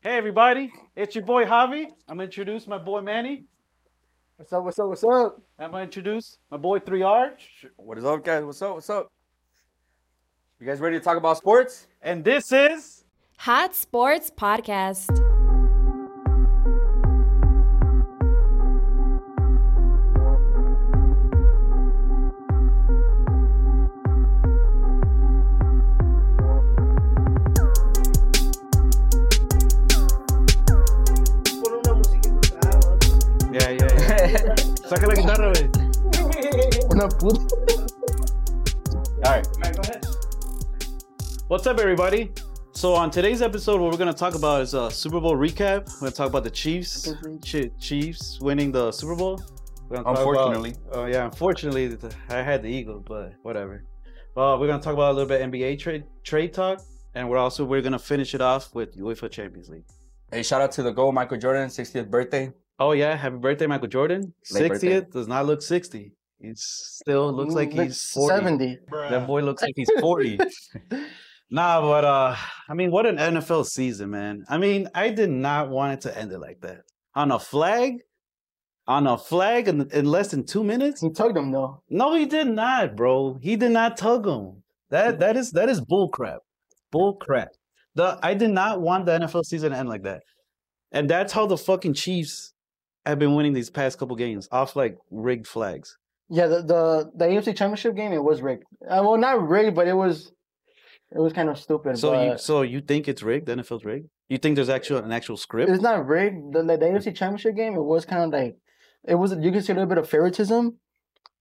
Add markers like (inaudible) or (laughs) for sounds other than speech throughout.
Hey everybody, it's your boy Javi. I'm gonna introduce my boy Manny. What's up? What's up? What's up? I'm gonna introduce my boy 3R. What is up, guys? What's up? What's up? You guys ready to talk about sports? And this is Hot Sports Podcast. Pon una musiquita. Yeah, yeah, yeah. (laughs) Saca la guitarra, güey. Una puta. Alright. What's up everybody? So on today's episode what we're gonna talk about is a Super Bowl recap. We're gonna talk about the Chiefs. Chi- Chiefs winning the Super Bowl. We're gonna talk about- Unfortunately. Oh yeah, unfortunately th- I had the Eagles, but whatever. Well, we're gonna talk about a little bit NBA trade trade talk, and we're also we're gonna finish it off with UEFA Champions League. Hey, shout out to the goal, Michael Jordan, 60th birthday. Oh yeah, happy birthday, Michael Jordan. Late birthday. Sixtieth does not look sixty. He still looks Mm, like he's forty. 70. That boy looks like he's forty. nah, but uh, I mean, what an NFL season, man. I mean, I did not want it to end it like that. On a flag, on a flag, in, in less than two minutes. He tugged him though. No, he did not, bro. He did not tug him. That that is that is bull crap. Bull crap. The I did not want the NFL season to end like that. And that's how the fucking Chiefs have been winning these past couple games off like rigged flags. Yeah, the, the the AFC Championship game it was rigged. Uh, well, not rigged, but it was it was kind of stupid. So but you so you think it's rigged? The NFL's rigged? You think there's actual an actual script? it's not rigged. The, the, the AFC Championship game it was kind of like it was you could see a little bit of favoritism,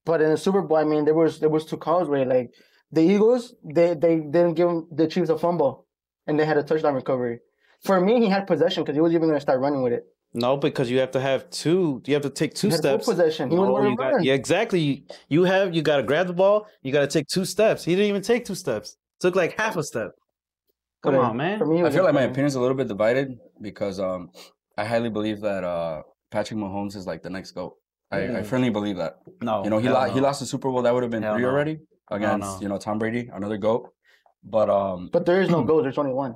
but in the Super Bowl, I mean, there was there was two calls where like the Eagles they they didn't give the Chiefs a fumble, and they had a touchdown recovery. For me, he had possession because he was even going to start running with it. No, because you have to have two. You have to take two He had full steps. possession. He was No, going you to got- run. yeah, exactly. You have you got to grab the ball. You got to take two steps. He didn't even take two steps. Took like half a step. Come But, uh, on, man. For me, it I was feel like my incorrect. opinion's a little bit divided because um, I highly believe that uh, Patrick Mahomes is like the next GOAT. I, I Mm. firmly believe that. No, you know, he, hell lo- he no. lost the Super Bowl. That would have been Hell three no. already against, no. you know, Tom Brady, another GOAT. But um, But there is (clears throat) no goals. There's only one.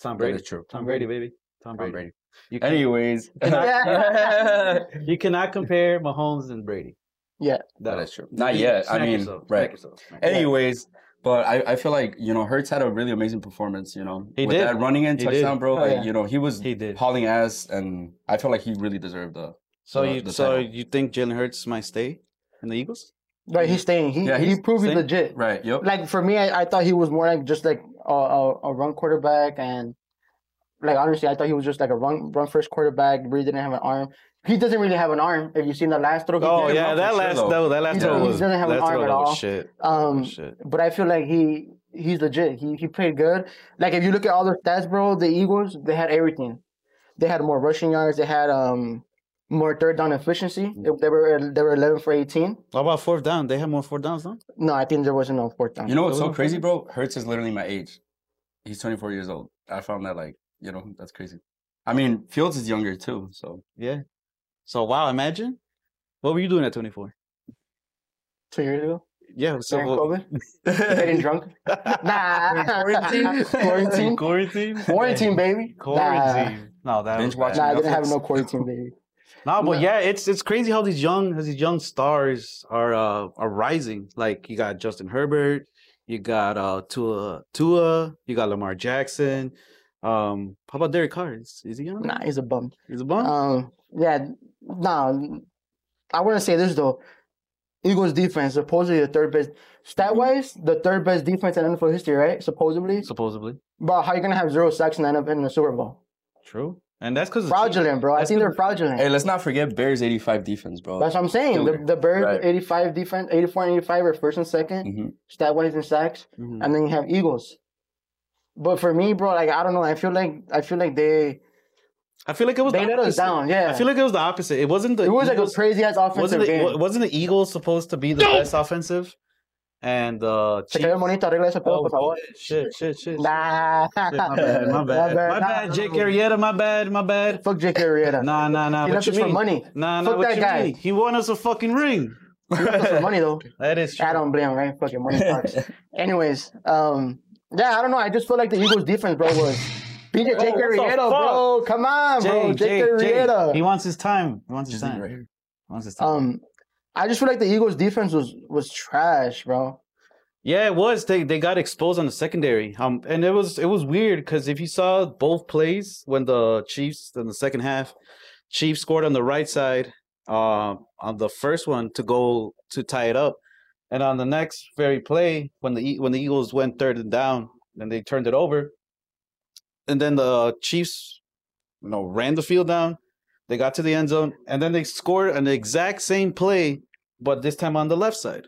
Tom that Brady. is true. Tom Brady, baby. Tom Tom Brady. Brady. You, can, (laughs) Anyways. Yeah. you cannot compare Mahomes and Brady. Yeah. That is true. (laughs) Not yet. I Smack mean, yourself. right. Smack yourself. Smack yourself. Anyways, but I, I feel like you know Hertz had a really amazing performance. You know, He with did. that running in He touchdown, did. bro. Oh, like yeah. you know, he was He did. hauling ass, and I feel like he really deserved the. So the- you the so title. you think Jalen Hurts might stay in the Eagles? Right, he's staying. He Yeah, he he's proved he's staying. legit. Right. Yep. Like for me, I, I thought he was more like just like a, a, a run quarterback, and like honestly, I thought he was just like a run run first quarterback. Really didn't have an arm. He doesn't really have an arm. If you seen the last throw, he Oh did. yeah, for that sure, last though. though, that last He throw doesn't- was he doesn't have an that throw arm at was all. shit. Um, Shit. but I feel like he he's legit. He he played good. Like if you look at all the stats, bro, the Eagles they had everything. They had more rushing yards. They had um more third down efficiency. They they were they were eleven for eighteen. How about fourth down? They have more fourth downs, no? No, I think there wasn't no fourth down. You know what's Those so are crazy, bro? Hertz is literally my age. He's 24 years old. I found that like you know that's crazy. I mean, Fields is younger too, so Yeah. So wow, imagine. What were you doing at 24? two years ago Yeah, so during COVID, getting yeah, drunk. (laughs) (laughs) Nah, quarantine, quarantine, quarantine, quarantine, baby. quarantine. No, that Binge was bad. Nah, nah I didn't Netflix. have no quarantine, baby. No, but No. yeah, it's it's crazy how these young how these young stars are uh, are rising. Like you got Justin Herbert, you got uh, Tua Tua, you got Lamar Jackson. Um, how about Derek Carr? Is, is he on? Nah, he's a bum. He's a bum. Um, yeah, nah. I want to say this though. Eagles defense supposedly the third best stat wise, the third best defense in NFL history, right? Supposedly, supposedly but how you gonna have zero sacks in the NFL in the Super Bowl? true, and that's because Fraudulent, bro. I That's think they're good. fraudulent. Hey, let's not forget Bears 85 defense, bro. That's what I'm saying. The, Dude, the Bird right. 85 defense, 84 and 85 are first and 2nd Mhm. stat wise in sacks, Mm-hmm. and then you have Eagles. But for me, bro, like I don't know. I feel like I feel like they I feel like it was they the let us opposite. down. Yeah, I feel like it was the opposite. It wasn't the it was like a Eagles- crazy ass offensive wasn't game. it, wa- wasn't the Eagles supposed to be the best offensive, and uh, Se cayó el Chiefs- monito, arregla ese pedo, por favor. oh, shit, shit, shit, shit. Nah. My bad, my bad, my bad, Jake Arrieta, my bad, my bad. Fuck Jake Arrieta. Nah, nah, nah. he what left you us for mean? money. Nah, nah. Fuck What that you guy. mean? He won us a fucking ring. He left (laughs) us for money though. That is true. I don't blame him, right? (laughs) Fucking money sucks. Anyways, um, yeah, I don't know. I just feel like the Eagles defense, bro, was PJ Oh, Jake what the Arrieta, bro. Come on, bro. Jay, Jay, Jake Jay. Arrieta. He wants his time. He wants his Just leave it time. right here. He wants his time. Um, I just feel like the Eagles' defense was was trash, bro. Yeah, it was. They they got exposed on the secondary. Um, and it was it was weird because if you saw both plays when the Chiefs in the second half, Chiefs scored on the right side, um, on the first one to go to tie it up, and on the next very play when the E- when the Eagles went third and down and they turned it over, and then the Chiefs, you know, ran the field down. They got to the end zone and then they scored an exact same play, but this time on the left side.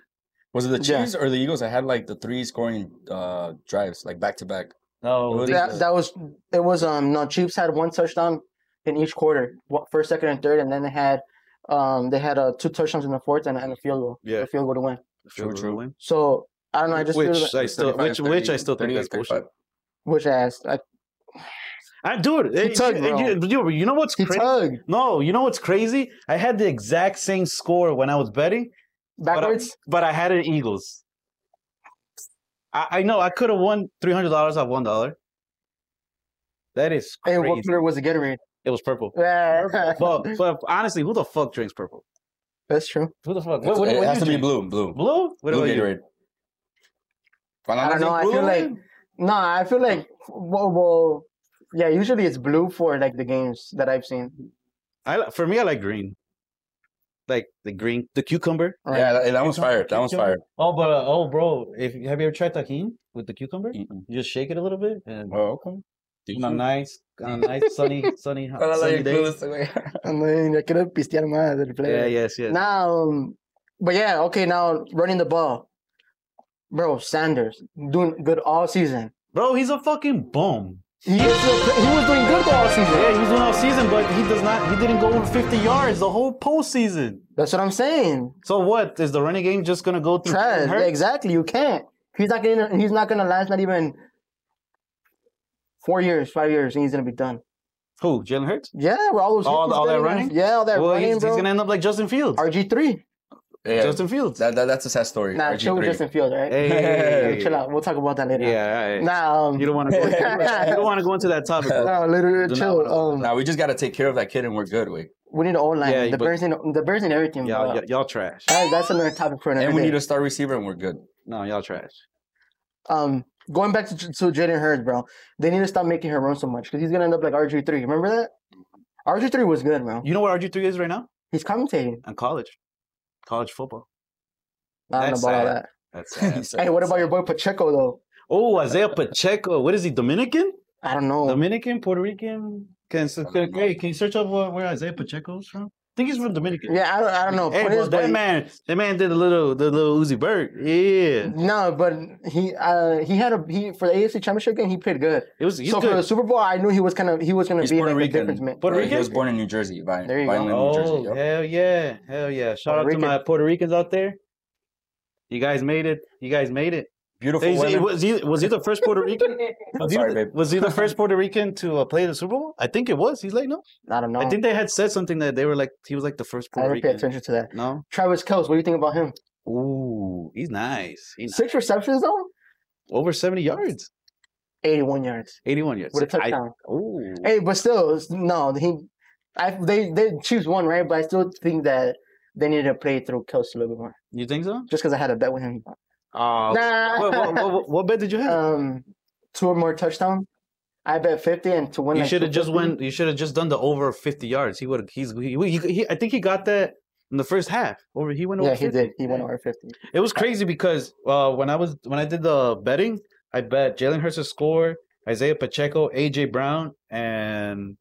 Was it the Yeah. Chiefs or the Eagles that had like the three scoring uh, drives, like back to back? No, It they- That, that was it was um no Chiefs had one touchdown in each quarter, wa- first, second, and third, and then they had um they had uh, two touchdowns in the fourth and, and a field goal, Yeah. a field goal to win. True, True, true. So I don't know. I just feel Which that- I still, which, which I still think that's bullshit. which ass like, I dude, it, tugged, you, you, you- you know what's he crazy? tugged No, you know what's crazy? I had the exact same score when I was betting, but uh, I, backwards. but I had an Eagles. I, I know I could have won three hundred dollars off one dollar. That is Hey, crazy. what color was the Gatorade? it was purple. Yeah. but but honestly, who the fuck drinks purple? (laughs) That's true. Who the fuck? What, what, It what has you to be drink? blue, blue, blue Blue? What about you? Gatorade. I don't know. I feel like no. I feel like well, well, yeah. Usually it's blue for like the games that I've seen. I li- for me, I like green. Like the green, the cucumber. Right? (laughs) yeah, that, that one's fire. That one's fire. Oh, but uh, oh, bro, if have you ever tried tahini with the cucumber? Mm-mm. You just shake it a little bit, and Oh, okay. on a nice, on a nice sunny, sunny, hot- Para la sunny day. incluso, güey. And then I quiero pistear más del play. Yeah, yes, yes. Now, um, but yeah, okay. Now running the ball, bro. Sanders doing good all season. Bro, he's a fucking bum. He, is still- he was doing good the all season. Yeah, he was doing all season, but he does not. He didn't go over fifty yards the whole postseason. That's what I'm saying. So what is the running game just gonna go through? Trash. Hurts? Exactly. You can't. He's not gonna. He's not gonna last. Not even four years, five years, and he's gonna be done. Who? Jalen Hurts? Yeah, with all those. All- hits he's all that getting, running? Yeah, all that Well, running, he's, he's bro. gonna end up like Justin Fields. RG three. Yeah, Justin Fields. that, that, that's a sad story. Nah, RG3. chill with Justin Fields, right? Hey, Hey, chill out. We'll talk about that later. Yeah, all right. Nah, um, you don't (laughs) want to. You don't want to go into that topic. bro. nah, do literally not chill. wanna talk Um, Nah, we just gotta take care of that kid and we're good, wait. we need an old line. Yeah, the but- Bears need the Bears need everything. Y'all, bro. y- y'all trash. That- that's another topic for another And we day. need a star receiver and we're good. No, y'all trash. um, going back to J- to Jaden Hurd, bro. They need to stop making her run so much because he's gonna end up like RG three. Remember that? RG three was good, bro. You know what RG three is right now? He's commentating. In college, college football. I don't That's know about all sad. that. That's (laughs) sad. He's Hey, what about your boy Pacheco though? oh, Isaiah Pacheco. What is he? Dominican? I don't Oh. know. Dominican? Puerto Rican? Can so- I don't can, hey, can you search up where, where Isaiah Pacheco's from? I think he's from Dominican. Yeah, I don't. I don't know. Hey, Point bro, is, that but- man, that man did a little, the little Uzi Bird. Yeah, No, but he uh, he had a he for the AFC Championship game. He played good. it was. He's so for the good. Super Bowl, I knew he was gonna he was gonna He's be Puerto like a Rican. difference man. Puerto Uh, He was Rican. born in New Jersey, by, There you by go. Inland, New Jersey. Oh yep. hell yeah, hell yeah! Shout out Puerto to my Puerto Ricans out there. You guys made it. You guys made it. Beautiful Hey, women. was he was he the first Puerto Rican? (laughs) I'm Was, sorry, he, the- babe. was he (laughs) the first Puerto Rican to uh, play the Super Bowl? I think it was. He's like, no. I don't know. I think they had said something that they were like, he was like the first I Puerto didn't pay Rican. attention to that. No. Travis Kelce, what do you think about him? Ooh, he's nice. He's Six receptions though, over seventy yards, eighty-one yards eighty-one yards. with a I- touchdown. ooh. Hey, but still, it's- no, he, I they they Chiefs won right, but I still think that they needed to play through Kelce a little bit more. You think so? Just because I had a bet with him. Uh, Nah. what, what, what, what bet did you have? (laughs) um, two or more touchdowns. I bet fifty and to win. you like, should have just 250. went. You should have just done the over fifty yards. He would. He's. He, he, he- I think he got that in the first half. Over. He went over. Yeah, he 50. did. He went over fifty. It was crazy because uh, when I was when I did the betting, I bet Jalen Hurts to score, Isaiah Pacheco, AJ Brown, and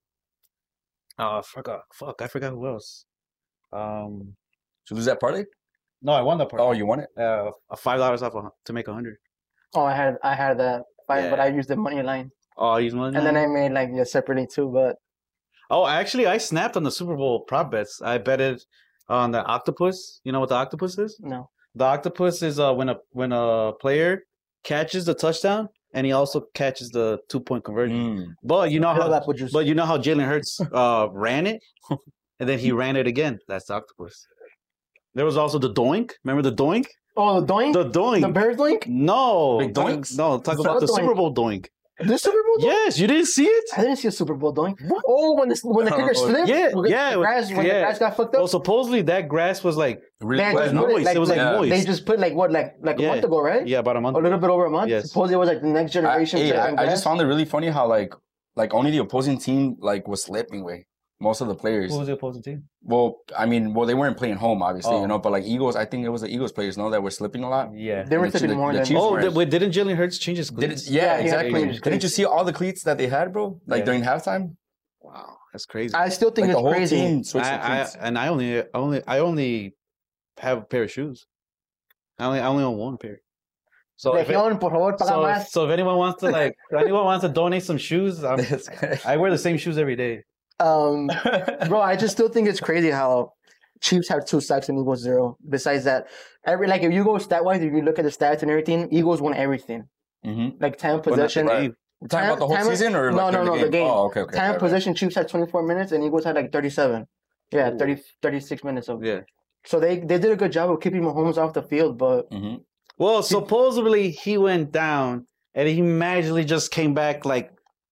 uh fuck uh, fuck I forgot who else. Um, Should we lose that parlay? no, I won that part. Oh, you won it? uh, five dollars off a, to make a hundred. Oh, I had I had that fight, but Yeah. I used the money line, Oh, he's one. and then I made like yeah, separately too. But oh, actually, I snapped on the Super Bowl prop bets. I betted on the octopus. You know what the octopus is? no, The octopus is uh, when a when a player catches the touchdown and he also catches the two point conversion. Mm. But you know I how love apple juice. Uh-huh. But you know how Jalen Hurts uh, ran (laughs) it, and then he ran it again. That's the octopus. There was also the doink. Remember the doink? oh, the doink, The the, doink. (laughs) Bears doink. no, Big doinks? no. Talk about the Doink. Super Bowl doink. This Super Bowl? though? Yes, you didn't see it. I didn't see a Super Bowl doing. Oh, when the when the I kicker don't know. slipped, Yeah, when the yeah, grass, when yeah. the grass got fucked up, Well, supposedly that grass was like Really, they well, just no, put noise. Like, It was like like, noise. They just put like what, like like a Yeah. month ago, right? yeah, about a month. a little bit over a month. Yes. Supposedly it was like the next generation. I, yeah, Jack I Grass. just found it really funny how like like only the opposing team like was slipping with most of the players. the opposing team? Well, I mean, well they weren't playing home obviously, Oh. you know, but like Eagles, I think it was the Eagles players, no, that were slipping a lot. Yeah. they were the- tipping the- more the than Chiefs Oh, were- did, wait, didn't Jalen Hurts change his Did cleats? it, yeah, Yeah, he had exactly. cleats, Didn't you see all the cleats that they had, bro? Like Yeah. during halftime, wow. That's crazy. I, I still think like the it's whole crazy. team switched the I, cleats. and I only, only, I only have a pair of shoes. I only, I only own one pair. So Oh, if, it- Legion, por favor, paga so, if- más. so if anyone wants to like, if anyone wants to donate some shoes, (laughs) I'm, I wear the same shoes every day. Um, (laughs) bro, I just still think it's crazy how Chiefs have two sacks and Eagles zero. Besides that, every like if you go stat wise, if you look at the stats and everything, Eagles won everything. Mhm. Like time But not the possession, right. game. We're talking about the whole Time- time- season or no, like no, during no, the game. Oh, okay, okay. time right, right. possession. Chiefs had twenty four minutes and Eagles had like thirty seven. Yeah, Ooh. 30, 36 minutes of. Yeah. So they they did a good job of keeping Mahomes off the field, but Mhm. Well, supposedly he went down and he magically just came back like,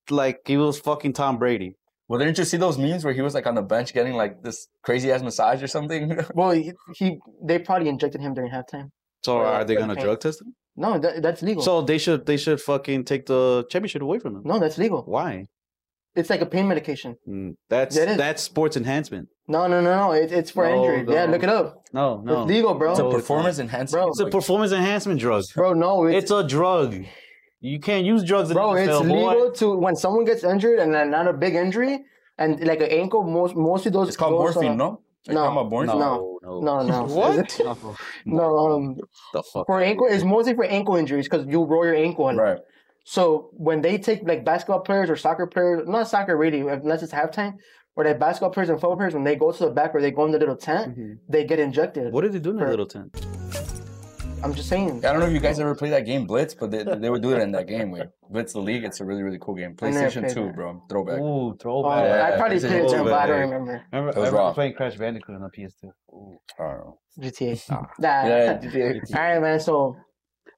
like he was fucking Tom Brady. Well, didn't you see those memes where he was like on the bench getting like this crazy ass massage or something? (laughs) well, he, he they probably injected him during halftime. So Well, are they gonna okay. drug test him? No, that, that's legal. So they should, they should fucking take the championship away from him. no, that's legal. Why? It's like a pain medication. Mm, That's That is- that's sports enhancement. No, no, no, no. It, it's for No, injury. Yeah, no. look it up. No, no. It's legal, No, bro. it's a not. performance enhancing. Bro. It's a performance enhancement drug. bro, no, it's, It's a drug. You can't use drugs in bro. the It's NFL, boy. legal to when someone gets injured and then not a big injury and like an ankle. Most mostly those. It's called those, uh, morphine, no? Are you no, talking about morphine? No, No, no. (laughs) What? (laughs) No, um, the fuck? for ankle it's mostly for ankle injuries because you roll your ankle. And, Right. So when they take like basketball players or soccer players, not soccer really, unless it's halftime, or like basketball players and football players, when they go to the back or they go in the little tent, Mhm. they get injected. What did they do in that For- little tent? I'm just saying. I don't know if you guys ever played that game Blitz, but they, they would do it in that game. Like Blitz the League, it's a really really cool game. I never PlayStation played Two, that. bro, throwback. Ooh, Oh, throwback. Yeah, I probably it's a played it too, little but I bit don't like- remember. I remember, That was I remember rough. playing Crash Bandicoot on the PS2. Ooh. I don't know. (laughs) GTA. Ah. Nah. (laughs) Yeah, GTA. All right, man. So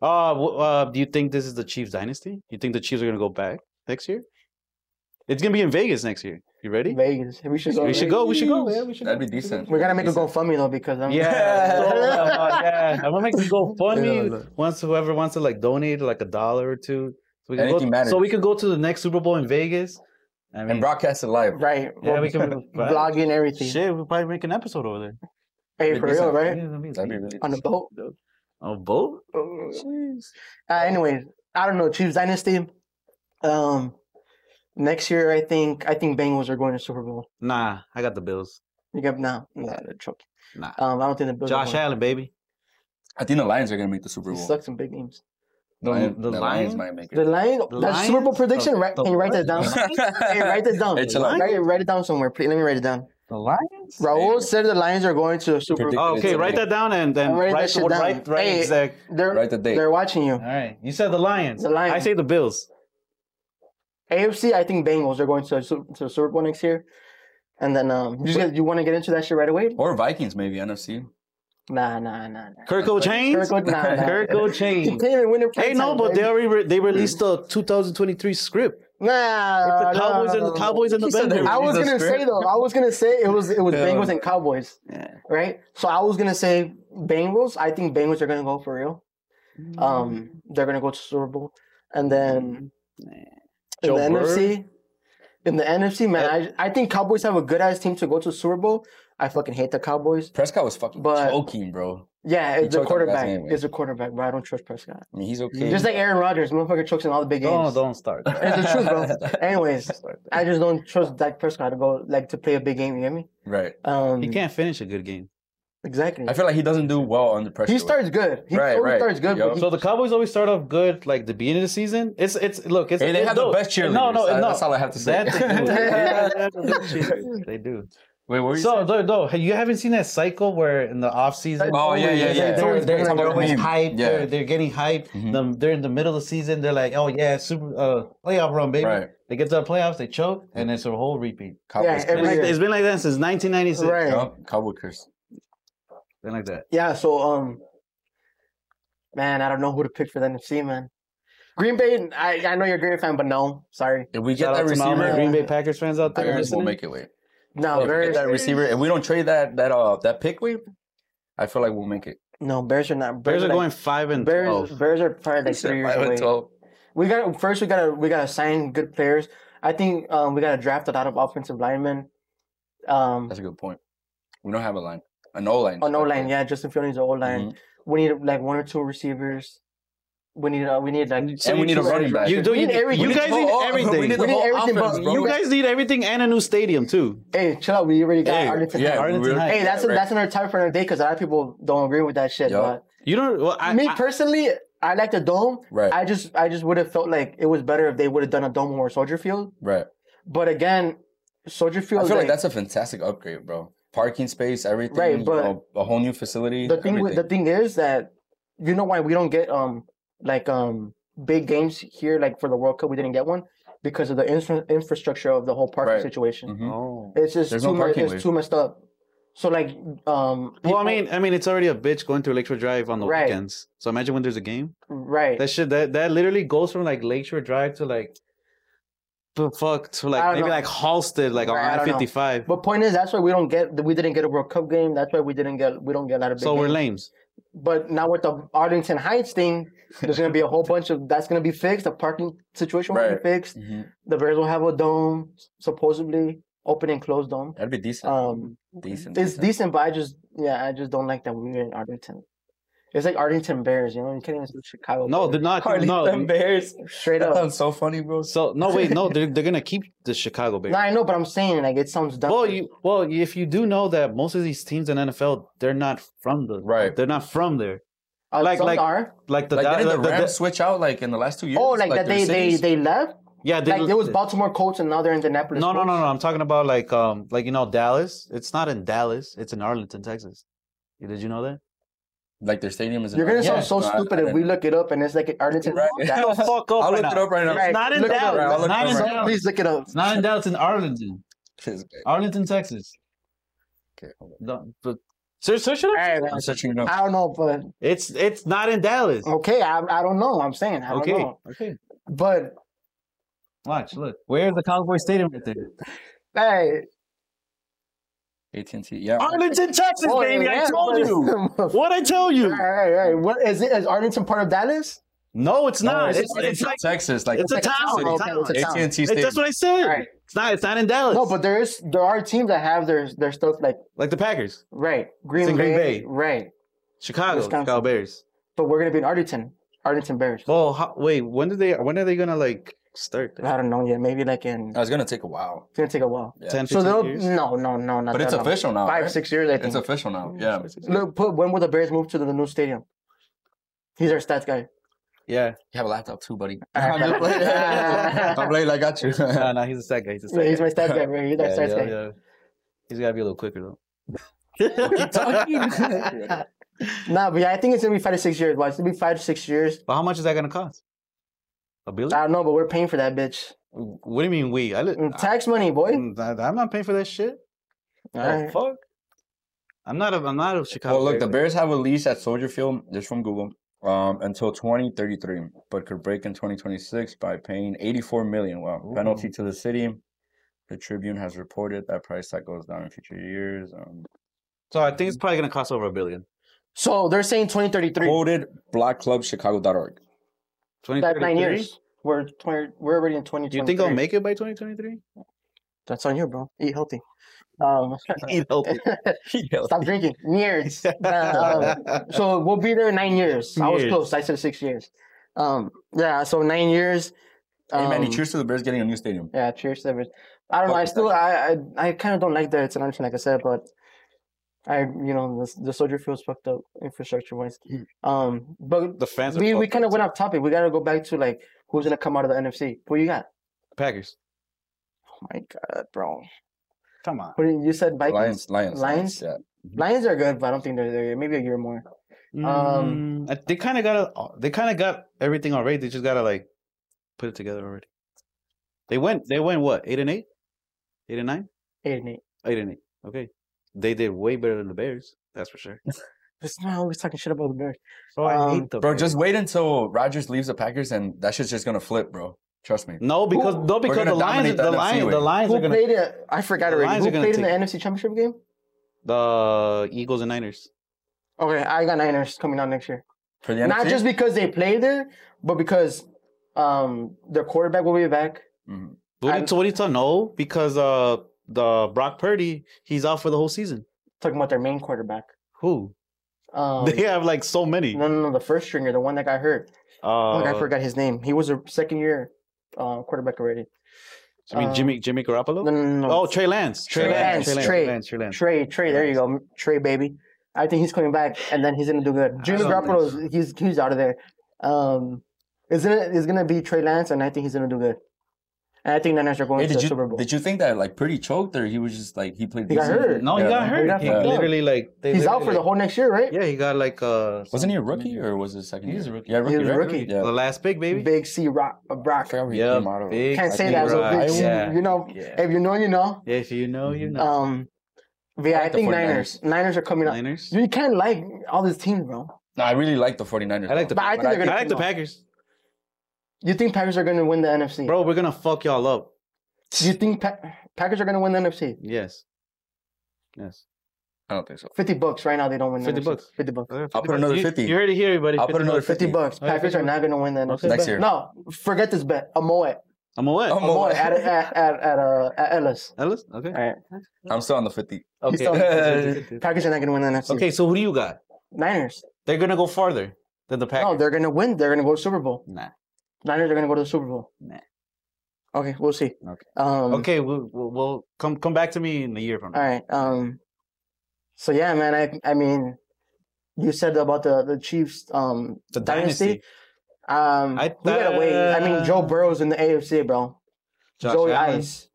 Uh, w- uh, do you think this is the Chiefs dynasty? You think the Chiefs are gonna go back next year? It's gonna be in Vegas next year. You ready? Vegas. We should go. We should go. We should go. Yeah, we should. (laughs) That'd go. be decent. We're gonna make a Decent. GoFundMe though because um, I'm. Yeah, Yeah. so, uh, yeah. I'm gonna make it (laughs) go Yeah, funny look. once whoever wants to like donate like a dollar or two. So we can Anything go, matters. so we could go to the next Super Bowl in Vegas. I mean, and broadcast it live. (laughs) Right. yeah, Well, we can (laughs) (laughs) but- vlogging everything. Shit, we'll probably make an episode over there. Hey, That'd for be real, decent. right? That'd be really. On the boat. on a Oh, boat. Uh, anyway, I don't know. Chiefs dynasty. Um, next year I think I think Bengals are going to Super Bowl. Nah, I got the Bills. You get now. Nah, they're choking. Nah, Um, I don't think the Bills. are Josh going. Allen, baby. I think the Lions are gonna make the Super He Bowl. sucks in big games. The- Lion- the Lions? might make The it. Lions. The that's Super Bowl Lions? prediction. The- Right? the Can you write that down? (laughs) hey, write this (laughs) down. Hey, chill out. Write, it- write it down somewhere. Please, let me write it down. The Lions. Raul said the Lions are going to the Super Bowl. Predict- Oh, okay, It's- write that down and then I'm writing write, that right, shit down. right, right, Hey. exact. (laughs) They're Write the date. they're watching you. All right, you said the Lions. The Lions. I say the Bills. AFC, I think Bengals are going to the Su- to the Super Bowl next year. And then um, you just get, you want to get into that shit right away? Or Vikings maybe NFC. Nah, nah, nah, nah. Kirk O'Chains. Kirk, nah, nah. Kirk (laughs) O'Chains. Continue to win their Hey, no, playtime, but baby. they already re- they released the 2023 script. It's Nah, the nah, Cowboys and nah, the nah. Cowboys and the He said Bengals. that- I was He's a gonna say script. though, I was gonna say it was it was Yeah. Bengals and Cowboys, right? So I was gonna say Bengals. I think Bengals are gonna go for real. Mm-hmm. Um, they're gonna go to Super Bowl, and then Mm-hmm. Joe in the Burrow? NFC, in the NFC, man, I I think Cowboys have a good ass team to go to Super Bowl. I fucking hate the Cowboys. Prescott was fucking But- choking, bro. Yeah, He it's a choked on the last quarterback. game, man. It's a quarterback, bro. I don't trust Prescott. I mean, he's okay. Just like Aaron Rodgers, motherfucker chokes in all the big games. Don't don't start. It's (laughs) the truth, bro. (laughs) Anyways, I just don't trust Dak Prescott to go like to play a big game. You get me? Right. Um, He can't finish a good game. exactly. I feel like he doesn't do well under pressure. He starts good. He Right, always right. starts good. Yup. But he, So the Cowboys always start off good, like the beginning of the season. It's it's look, it's Hey, they it's have the dope. best cheerleaders. No, no, Uh, no. That's all I have to say. That they (laughs) do. They have the (laughs) best cheerleaders. They do. Wait, what (laughs) were you So no, no, you haven't seen that cycle where in the off season. Oh, yeah, yeah, yeah. They're, They're- they're they're always lame. hyped. Yeah. They're, they're getting hyped. Mhm. The- they're in the middle of the season. They're like, oh yeah, super uh, playoff run, baby. Right. They get to the playoffs, they choke, and it's a whole repeat. Cowboys every curse. year. it's been like that since 1996. right. Yup, Cowboy curse. Been like that. Yeah. So um, man, I don't know who to pick for the NFC, man. Green Bay, I, I know you're a Green Bay fan, but no, sorry, If we get Shout that out to my receiver, uh, Green Bay Packers fans out there. Packers will listening. make it wait. no If we Bears. get that receiver, if we don't trade that that uh that pick wait, I feel like we'll make it. No Bears are not. Bears are like- going five and Bears, 12. Bears are probably like three years Five and away. twelve. We got first. We gotta we gotta sign good players. I think um, we gotta draft a lot of offensive linemen. Um, That's a good point. We don't have a line, an O line. on O Oh, line, yeah, Justin Fields is O line. Mhm. We need like one or two receivers. We need uh, we need like So we need a running back. You, do, We you, need every- you we guys the need whole- everything. We need the We need whole everything, but offense, bro. you guys need everything and a new stadium too. Hey, chill out. We already got Hey, Arlington. yeah, Heights. Arlington we really- Heights. Hey, that's yeah, right. that's another time for another day because a lot of people don't agree with that shit. Yup. But You don't. Well, I, me I- personally, I like the dome. Right, I just I just would have felt like it was better if they would have done a dome or Soldier Field. right. But again, Soldier I Field. feel like like, that's a fantastic upgrade, bro. Parking space, everything. Right, you but know, a whole new facility. the thing. With, the everything. thing is that you know why we don't get um like um big games here like for the World Cup we didn't get one because of the infra- infrastructure of the whole parking Right. situation. Mhm. Oh. It's just There's too no much. parking, It's Wade. too messed up. So like um. Well, people- I mean, I mean, it's already a bitch going through Lakeshore Drive on the Right. weekends. So imagine when there's a game. right. That shit, that that literally goes from like Lakeshore Drive to like, to fuck to I like don't maybe know. like Halstead, like Right, I on I don't know. fifty five. But point is, that's why we don't get we didn't get a World Cup game. That's why we didn't get we don't get a lot of. Big So we're games. lames. But now with the Arlington Heights thing, there's gonna be a whole bunch of that's gonna be fixed. The parking situation will Right. be fixed. Mhm. The Bears will have a dome, supposedly open and closed dome. That'd be decent. Um, decent. it's decent, but I just yeah, I just don't like that we're in Arlington. It's like Arlington Bears, you know. You can't even say Chicago. No, Bears. they're not. Arlington No, Bears. straight That up. sounds so funny, bro. so no wait, no, they're they're gonna keep (laughs) the Chicago Bears. No, I know, but I'm saying like it sounds dumb. Well, you well, if you do know that most of these teams in NFL, they're not from the Right. They're not from there. Uh, like- some like- are. Like the, Like, Dal- didn't the- the the- Rams switch out like in the last two years? oh, like, that their they, they cities? they left. yeah, they, Like it was Baltimore Colts and now they're Indianapolis. No, no, Colts. no, no. I'm talking about like um like you know Dallas. It's not in Dallas. It's in Arlington, Texas. Did you know that? like their stadium is. in You're gonna Arlington. sound so No, I- I stupid if didn't- we look it up and it's like Arlington. (laughs) Right. That- Look the fuck up I'll right look it now. up right now. Right. It's not in Look it up. Dallas. It's I'll look not it in up right Dallas. Please look it up. It's not in Dallas. It's in Arlington, Okay, Arlington, Texas. hold on. No, but sir, search it All up. right, man. I'm searching it up. I don't know, but It's it's not in Dallas. okay, I, I don't know. I'm saying Oh, I don't Okay, know, okay. but Watch, look. Where's the Cowboy Stadium right there? hey, AT&T. Yeah. Arlington, Texas, oh, baby. yeah, I told but- (laughs) you. all What I tell you? right, all right. What is it? Is Arlington part of Dallas? No, it's No, not. it's, it's, it's, Arlington, like Texas. Like it's a town. Oh, It's okay, a it's a town. town. AT&T It's- Stadium. That's what I said. All right. It's not. It's not in Dallas. No, but there is there are teams that have their their stuff like like the Packers, right Green, in Green Bay, Bay. right. Chicago, Wisconsin. Chicago Bears. But we're gonna be in Arlington, Arlington Bears. Oh, how, wait. When do they? When are they gonna like start? That? I don't know yet. Maybe like in It's gonna take a while. it's gonna take a while. Yeah. 10, 15 So they'll Uh, years? no no no not But it's that long. official now. five right? six years I think. Mm. It's official now. Yeah. Look, put when will the Bears move to the new stadium? He's our stats guy. Yeah. You have a laptop too, (laughs) buddy. I'm just playing. I'm I got (laughs) you. No, no, he's a sad guy. He's a Yeah, sad he's guy. my stats guy, bro. He's our (laughs) stats yeah, guy. yeah. He's gotta be a little quicker (laughs) though. Nah, but yeah, I think it's gonna be five to six years. Well, it's gonna be five to six years. But how much is that gonna cost? A billion? I don't know, but we're paying for that bitch. What do you mean we? I, li- Mm, Tax money, I boy. I'm not paying for that shit. All right. Fuck. I'm not a I'm not a Chicago. Oh, well, look, the Bears Bears have a lease at Soldier Field. This from Google. Um, until 2033, but could break in 2026 by paying 84 million. Wow, Ooh. penalty to the city. The Tribune has reported that price tag goes down in future years. Um, fan. So I think it's Mm. probably gonna cost over a billion. So they're saying 2033. Oh, quoted blackclubchicago.org. Twenty That's nine years. We're 20, we're already in 2023. Do you think I'll make it by 2023? (laughs) That's on you, bro. (laughs) Eat healthy. Um, (laughs) Eat (laughs) healthy. stop drinking. (laughs) Years. Nah, um, so we'll be there in nine years. I was Years. close. I said six years. Um, yeah. So nine years. Hey, man, Um, cheers to the Bears getting a new stadium. Yeah, cheers to everything. I don't know. I Fucking still, I, I, I kind of don't like that it's an option, like I said, but I, you know, the, the soldier feels fucked up infrastructure wise. Um, but the fans. are we, we fucked kind of up, went too. off topic. We got to go back to like who's gonna come out of the NFC. Who you got? Packers. Oh my god, bro. Come on. Who did, you said Vikings? Lions. Lions, Lions, Lions? Yeah, are good, but I don't think they're there yet. Maybe a year more. Um, they kind of got a, they kind of got everything already. They just gotta like put it together already. They went. They went what eight and eight, eight and nine, Eight and eight. eight and eight. Okay, they did way better than the Bears. That's for sure. It's not always talking shit about the Bears. Bro, I Um, hate them. Bro, just wait until Rodgers leaves the Packers and that shit's just gonna flip, bro. Trust me. no, because Who- no, because gonna the Lions, dominate the the NFC Lions, way. the Lions Who are gonna played it? I forgot The already. Lions Who are gonna played in the take- NFC Championship game? the Eagles and Niners. Okay, I got Niners coming out next year. For the NFC, Not just because they played there, but because um their quarterback will be back. Mhm. What do I'm- you, what do you tell? No, because uh, the Brock Purdy, he's out for the whole season. Talking about their main quarterback. Who? (laughs) Um, they have like so many. no, no, no, the first stringer, the one that got hurt. Uh, Fuck, I forgot his name. He was a second year uh, quarterback already. I mean, uh, Jimmy Jimmy Garoppolo. No, no, no, no. Oh, Trey Lance. Trey, Trey Lance. Lance, Trey Lance. Trey. Trey Lance. Trey Lance. Trey, Trey, there you go, Trey, baby. I think he's coming back, and then he's gonna do good. Jimmy don't think Garoppolo, so. is he's he's out of there. Um, it's gonna it's gonna be Trey Lance, and I think he's gonna do good. And I think the Niners are going Hey, to did the Super you Bowl. did you think that like pretty choked or he was just like he played? He got decent? hurt. No, he Yeah, got man. He hurt. got He fucked up. literally like they he's out for the literally- whole next year, right? Yeah, he got like uh. Wasn't he a some- rookie or was it second? He year? was a rookie. Yeah, rookie. He was a right? rookie. Yeah. The last pick, baby. Big C Rock uh, I Brock. forgot who he Yeah, came out of. big- Can't I say think that, but Rock, Big C, yeah. you know, Yeah. if you know, you know. If you know, Mm-hmm. you know. Um, but yeah, I I, like the think 49ers. Niners. Niners are coming up. Niners. You can't like all these teams, bro. No, I really like the 49ers. I like the. But I think I they're I gonna. like the come up. Packers, You think Packers are gonna win the NFC? bro. We're gonna fuck y'all up. You think pa- Packers are gonna win the NFC? Yes. Yes. I don't think so. 50 bucks right now they don't win the 50 NFC. bucks. 50 bucks I'll put another you, 50. You heard it here, everybody. I'll put another 50 bucks All right, packers 50. are not going to win the Okay. NFC. Next bet. year. no forget this bet a moet I'm away. a I'm, moet away. at, at, at, at, uh, at ellis Ellis? (laughs) Okay. all right I'm still on the 50. Okay. (laughs) still- okay. packers are not going to win the NFC. Okay, so who do you got? niners They're gonna go farther than the Packers. no they're going to win they're going to go to super bowl Nah. niners are going to go to the super bowl Nah. okay we'll see Okay. um, Okay, we'll, we'll, we'll come come back to me in a year from all now. right um, so yeah man i, I mean you said about the, the chiefs um, The dynasty. um, I we gotta wait. I mean, Joe Burrow's in the AFC, bro. Josh Joey Allen. Ice.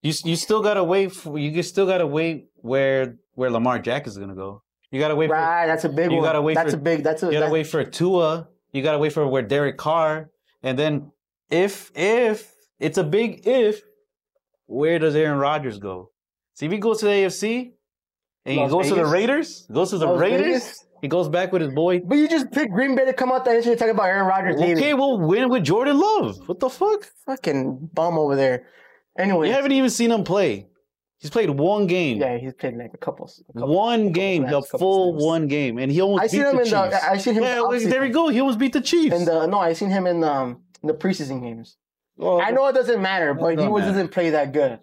You s- you still gotta wait. For, you just still gotta wait where where Lamar Jack is gonna go. You gotta wait. For, Right, that's a big You one. gotta wait that's for- a big. That's a. you gotta that- wait for Tua. You gotta wait for where Derek Carr. And then if if it's a big if, where does Aaron Rodgers go? See, if he goes to the AFC and Las he goes to the Vegas? Raiders, goes to the Las Raiders, Vegas? he goes back with his boy. But you just picked Green Bay to come out that issue talking about Aaron Rodgers leaving. Okay, we'll win with Jordan Love. What the fuck? Fucking bum over there. Anyway, You haven't even seen him play. He's played one game. yeah, he's played like a couple. a couple- One game, snaps, a couple full snaps. one game, and he almost I beat seen him the in the. Chiefs. I seen him. yeah, in like, the there we offseason. go. He almost beat the Chiefs. In the no, I seen him in um the preseason games. well, I know it doesn't matter, but he don't was, Oh. matter. doesn't play that good.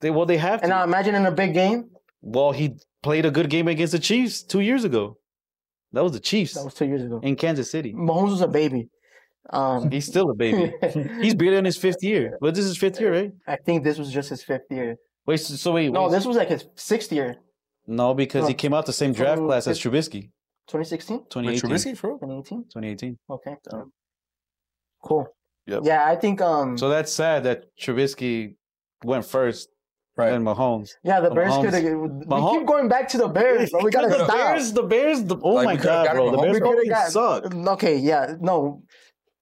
They, well, they have to. And now imagine in a big game. well, he played a good game against the Chiefs two years ago. That was the Chiefs That was two years ago. in Kansas (laughs) City. Mahomes was a baby. Um, He's still a baby. (laughs) I He's barely in his fifth year. But this is fifth year, right? think this was just his fifth year. Wait, so, so wait, No, wait. this was like his sixth year, no, because he No. came out the same draft So, class as fifth- Trubisky, 2016, Wait, 2018. Trubisky, bro? 2018. 2018. Okay. Cool. Yep. Yeah, I think um So that's sad that Trubisky went first Right. and Mahomes. yeah, the Bears Mahomes- could have we Mahomes- keep going back to the (laughs) Bears, bro. We gotta the stop. Bears, the Bears, the, oh Like, my we could've god, gotten bro, the Mahomes, Bears bro. We fucking could've got- suck. Okay, yeah, no.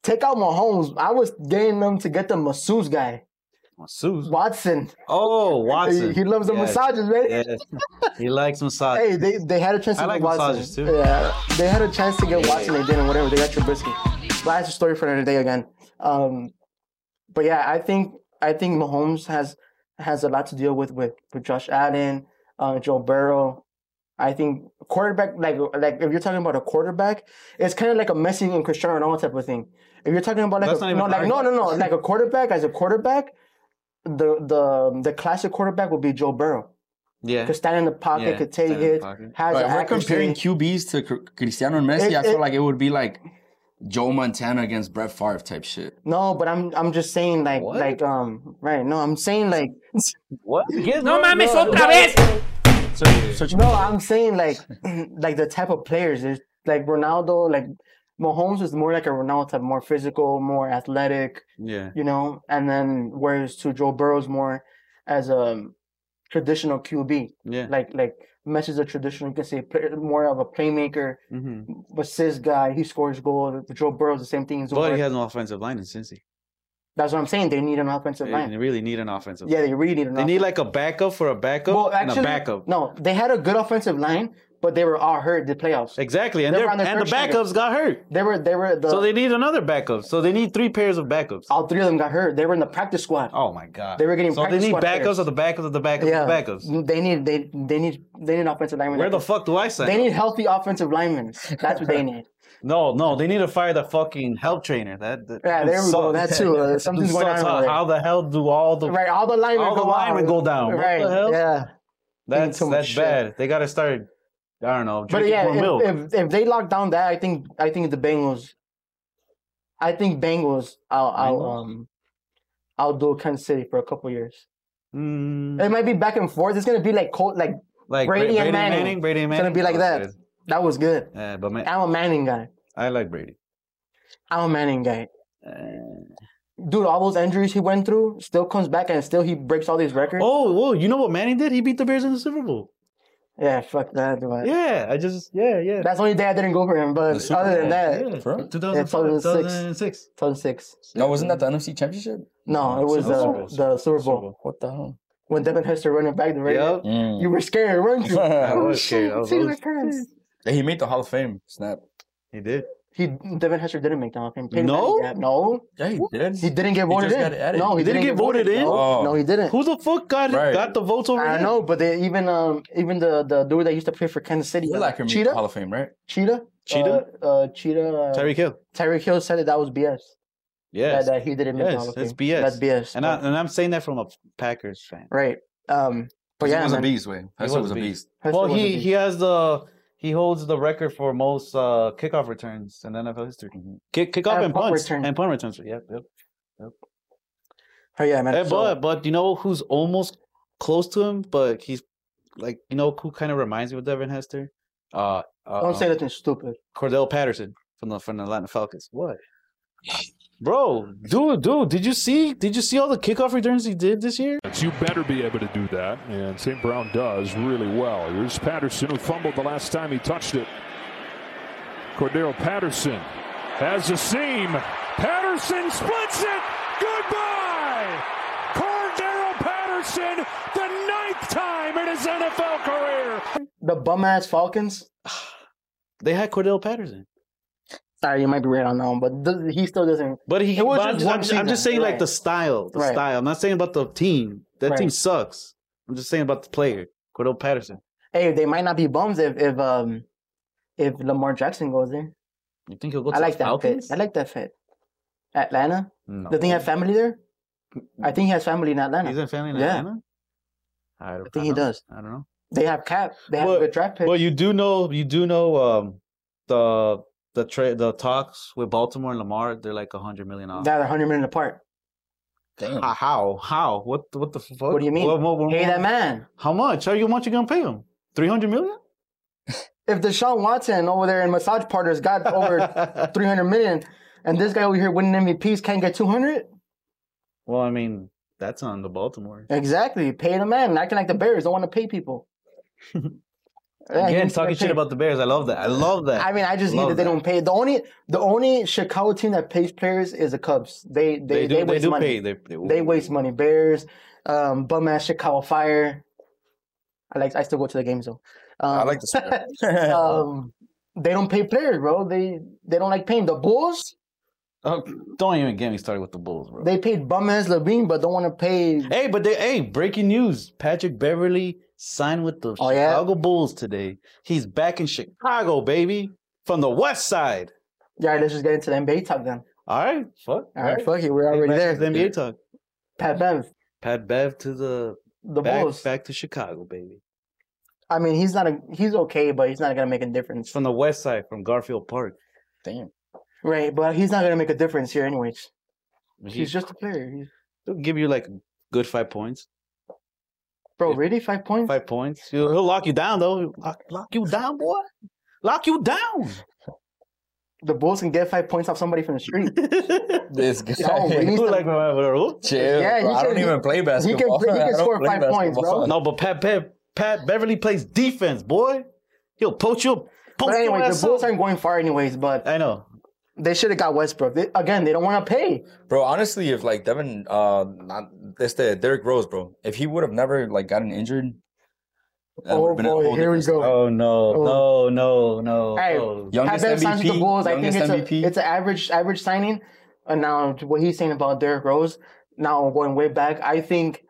Take out Mahomes. I was getting them to get the masseuse guy. (laughs) Masseuse. Watson. Oh, Watson. He, he loves the Yes. massages, right? Yes. (laughs) he likes massage. Hey, they, they had a chance I to like get Watson. massages, too. Yeah, they had a chance to get Watson. They didn't. Whatever. They got Trubisky. Last story for another day again. Um, but yeah, I think I think Mahomes has has a lot to deal with with, with Josh Allen, uh, Joe Burrow. I think quarterback like like if you're talking about a quarterback, it's kind of like a Messi and Cristiano Ronaldo type of thing. If you're talking about like, That's a, not even no, like no no arguing. no like a quarterback as a quarterback, the the the classic quarterback would be Joe Burrow. yeah. Could stand in the pocket, Yeah, could take stand in the it, pocket. has But the if we're comparing accuracy. QBs to Cr- Cristiano and Messi, It- I feel it- like it would be like Joe Montana against Brett Favre type shit. No, but I'm I'm just saying like What? like um right. No, I'm saying like What? Get No mames, otra vez. So, so, no, I'm saying like (clears throat) like the type of players. There's like Ronaldo, like Mahomes is more like a Ronaldo type, more physical, more athletic, yeah. you know. And then whereas to Joe Burrow's more as a traditional QB, Yeah. like like Messi is a traditional, you can say player, more of a playmaker, hmm assist guy. He scores goal. Joe Burrow's the same thing. He's a But work- he has no offensive line in Cincy. That's what I'm saying. They need an offensive They line. really need an offensive Yeah, line. they really need an. They need like a backup for a backup Well, and a backup. No, they had a good offensive line, but they were all hurt the playoffs. Exactly, and They they were on and their the third string. backups got hurt, They were they were the so they need another backup. So they need three pairs of backups. all three of them got hurt. They were in the practice squad. Oh my god! They were getting so they practice need squad backups players. of the backups of the backups yeah, of the backups. they need they they need they need offensive linemen. Where like the this. fuck do I sign? They need healthy offensive linemen. That's what they (laughs) need. no, no, they need to fire the fucking help trainer. That, that Yeah, there we sucks. go. That (laughs) too. Uh, something's Sucks. going on. How, over there. how the hell do all the Right, all the linemen all the go out. linemen go down? What the Right, hell? yeah. that's too much that's shit. bad. They gotta start. I don't know. But Drinking yeah, more milk. if, if if they lock down that, I think I think the Bengals. I think Bengals. I'll, I'll Bengals? um, I'll do Kansas City for a couple years. Mm, It might be back and forth. It's gonna be like cold. Like like Bra- Brady and Manning. Brady and It's gonna Manning. be like that. that was good. Yeah, but man, I'm a Manning guy. I like Brady. I'm a Manning guy. Uh, Dude, all those injuries he went through, still comes back and still he breaks all these records. Oh, whoa! You know what Manning did? He beat the Bears in the Super Bowl. Yeah, fuck that. But Yeah, I just yeah yeah. That's the only day I didn't go for him. But The Super other than Bowl, that, yeah. For real? 2005, 2006. 2006. No, wasn't that the NFC Championship? No, it was Super uh, Bowl. the Super Oh, Super Bowl Bowl. What the hell? when Devin Hester running back the radio. Yep. You were scared, weren't you? I (laughs) Yeah, was scared. I was always- he made the Hall of Fame. Snap. He did. He Devin Hester didn't make the Hall of Fame. Peyton No? Manning got- no, Yeah, he did. he didn't get He voted just in. got added. No, he, He didn't get voted in? No, Oh. no, he didn't. Who the fuck got Right. got the votes over? I him? know, but they even um even the the dude that used to play for Kansas City, uh, Urlacher made the Cheetah, Hall of Fame, right? Cheetah, Cheetah? uh, uh, Cheetah, uh, Tyreek Hill. Tyreek Hill said that that was BS. Yes. That, that he didn't make the Yes, Hall of Fame. that's BS. That's BS. and I, and I'm saying that from a Packers fan. right. Um. But yeah, he was man, a beast, way. Hester was a beast. Hester Well, was a he beast. he has the he holds the record for most uh, kickoff returns in NFL history. Kick kickoff Mm-hmm. And and, punt punts return. and punt returns. Yep, yep. Oh, yeah, man. Hey, so- Eh, but but you know who's almost close to him, but he's like you know who kind of reminds me of Devin Hester. Uh, uh don't say um, nothing stupid. Cordell Patterson from the from the Atlanta Falcons. What? Bro, dude, dude, did you see? Did you see all the kickoff returns he did this year? But You better be able to do that, and St. Brown does really well. Here's Patterson who fumbled the last time he touched it. Cordero Patterson has a seam. Patterson splits it. Goodbye. Cordero Patterson, the ninth time in his NFL career. The bum ass Falcons. They had Cordell Patterson, Sorry, you might be right on that one, but th- he still doesn't. but he. It was but I'm, just just, one I'm just- I'm just season, saying, right. like the style, the Right. style. I'm not saying about the team. That Right. team sucks. I'm just saying about the player, Cordell Patterson. Hey, they might not be bums if if um if Lamar Jackson goes in. You think he'll go to I like the that fit. Falcons? I like that fit. Atlanta. no. Does he have family there? I think he has family in Atlanta. He's in family in Yeah. Atlanta. I, don't, I think he don't- does. I don't know. They have cap. They have Well- a good draft pick. Well, you do know, you do know um, the the tra- the talks with Baltimore and Lamar. They're like a hundred million off. They're hundred million apart. Damn. Ah, how? How? What? What the fuck? What do you mean? What- what- what- Hey, that man. How much? How you much you gonna pay him? Three hundred million? If Deshaun Watson over there in massage parlors (laughs) got over (laughs) three hundred million, and this guy over here winning MVPs can't get two hundred, well, I mean, that's on the Baltimore. exactly. Pay the man. Acting like the Bears don't want to (laughs) pay people. Yeah, he Again, needs to talking get shit paid. about the Bears. I love (laughs) that. I love that. I mean, I just hate Love that they that. don't pay. The only the only Chicago team that pays players is the Cubs. They they they, do. waste do money. pay. They, they, They (laughs) waste money. Bears, um, bum ass Chicago Fire. I like. I still go to the games though. Um, I like the sport. (laughs) um, they don't pay players, bro. They they don't like paying the Bulls. Oh, don't even get me started with the Bulls, bro. They paid bum ass Levine, but don't want to pay. Hey, but they hey, breaking news. Patrick Beverly signed with the Oh, yeah? Chicago Bulls today. He's back in Chicago, baby. From the west side. Yeah, all right, let's just get into the NBA talk then. All right. Fuck. All right, fuck it, we're already Back there. to the NBA talk. Pat Bev, Pat Bev to the the back, Bulls. back to Chicago, baby. I mean, he's not a he's okay, but he's not gonna make a difference. From the west side, from Garfield Park. Damn. Right, but he's not gonna make a difference here, anyways. He, He's just a player. He's, will give you like a good five points. bro, Yeah. really? Five points? Five points. He'll, he'll lock you down though. He'll Lock, lock you down, boy. Lock you down. (laughs) The Bulls can get five points off somebody from the street. This guy. Oh, he needs You to- like my rule? Chill, Yeah, he bro. I can- don't even play basketball. play- (laughs) he I can don't score play five points, bro. basketball. No, but Pat Pat Pat Beverly plays defense, boy. He'll poach you. Poach but your anyway, the ass Bulls up. aren't going far, anyways. But I know. they should have got Westbrook. They, again, they don't want to pay. Bro, honestly, if like Devin, uh, not this, the Derrick Rose, bro, if he would have never like gotten injured, That Oh would've been a boy, whole here we different go. Oh no, no, Oh. no, no. Oh, Hey, no. story. Youngest Pat Bev signs with MVP. the Bulls. I think youngest it's MVP. a it's an average average signing. And now to what he's saying about Derrick Rose, now going way back, I think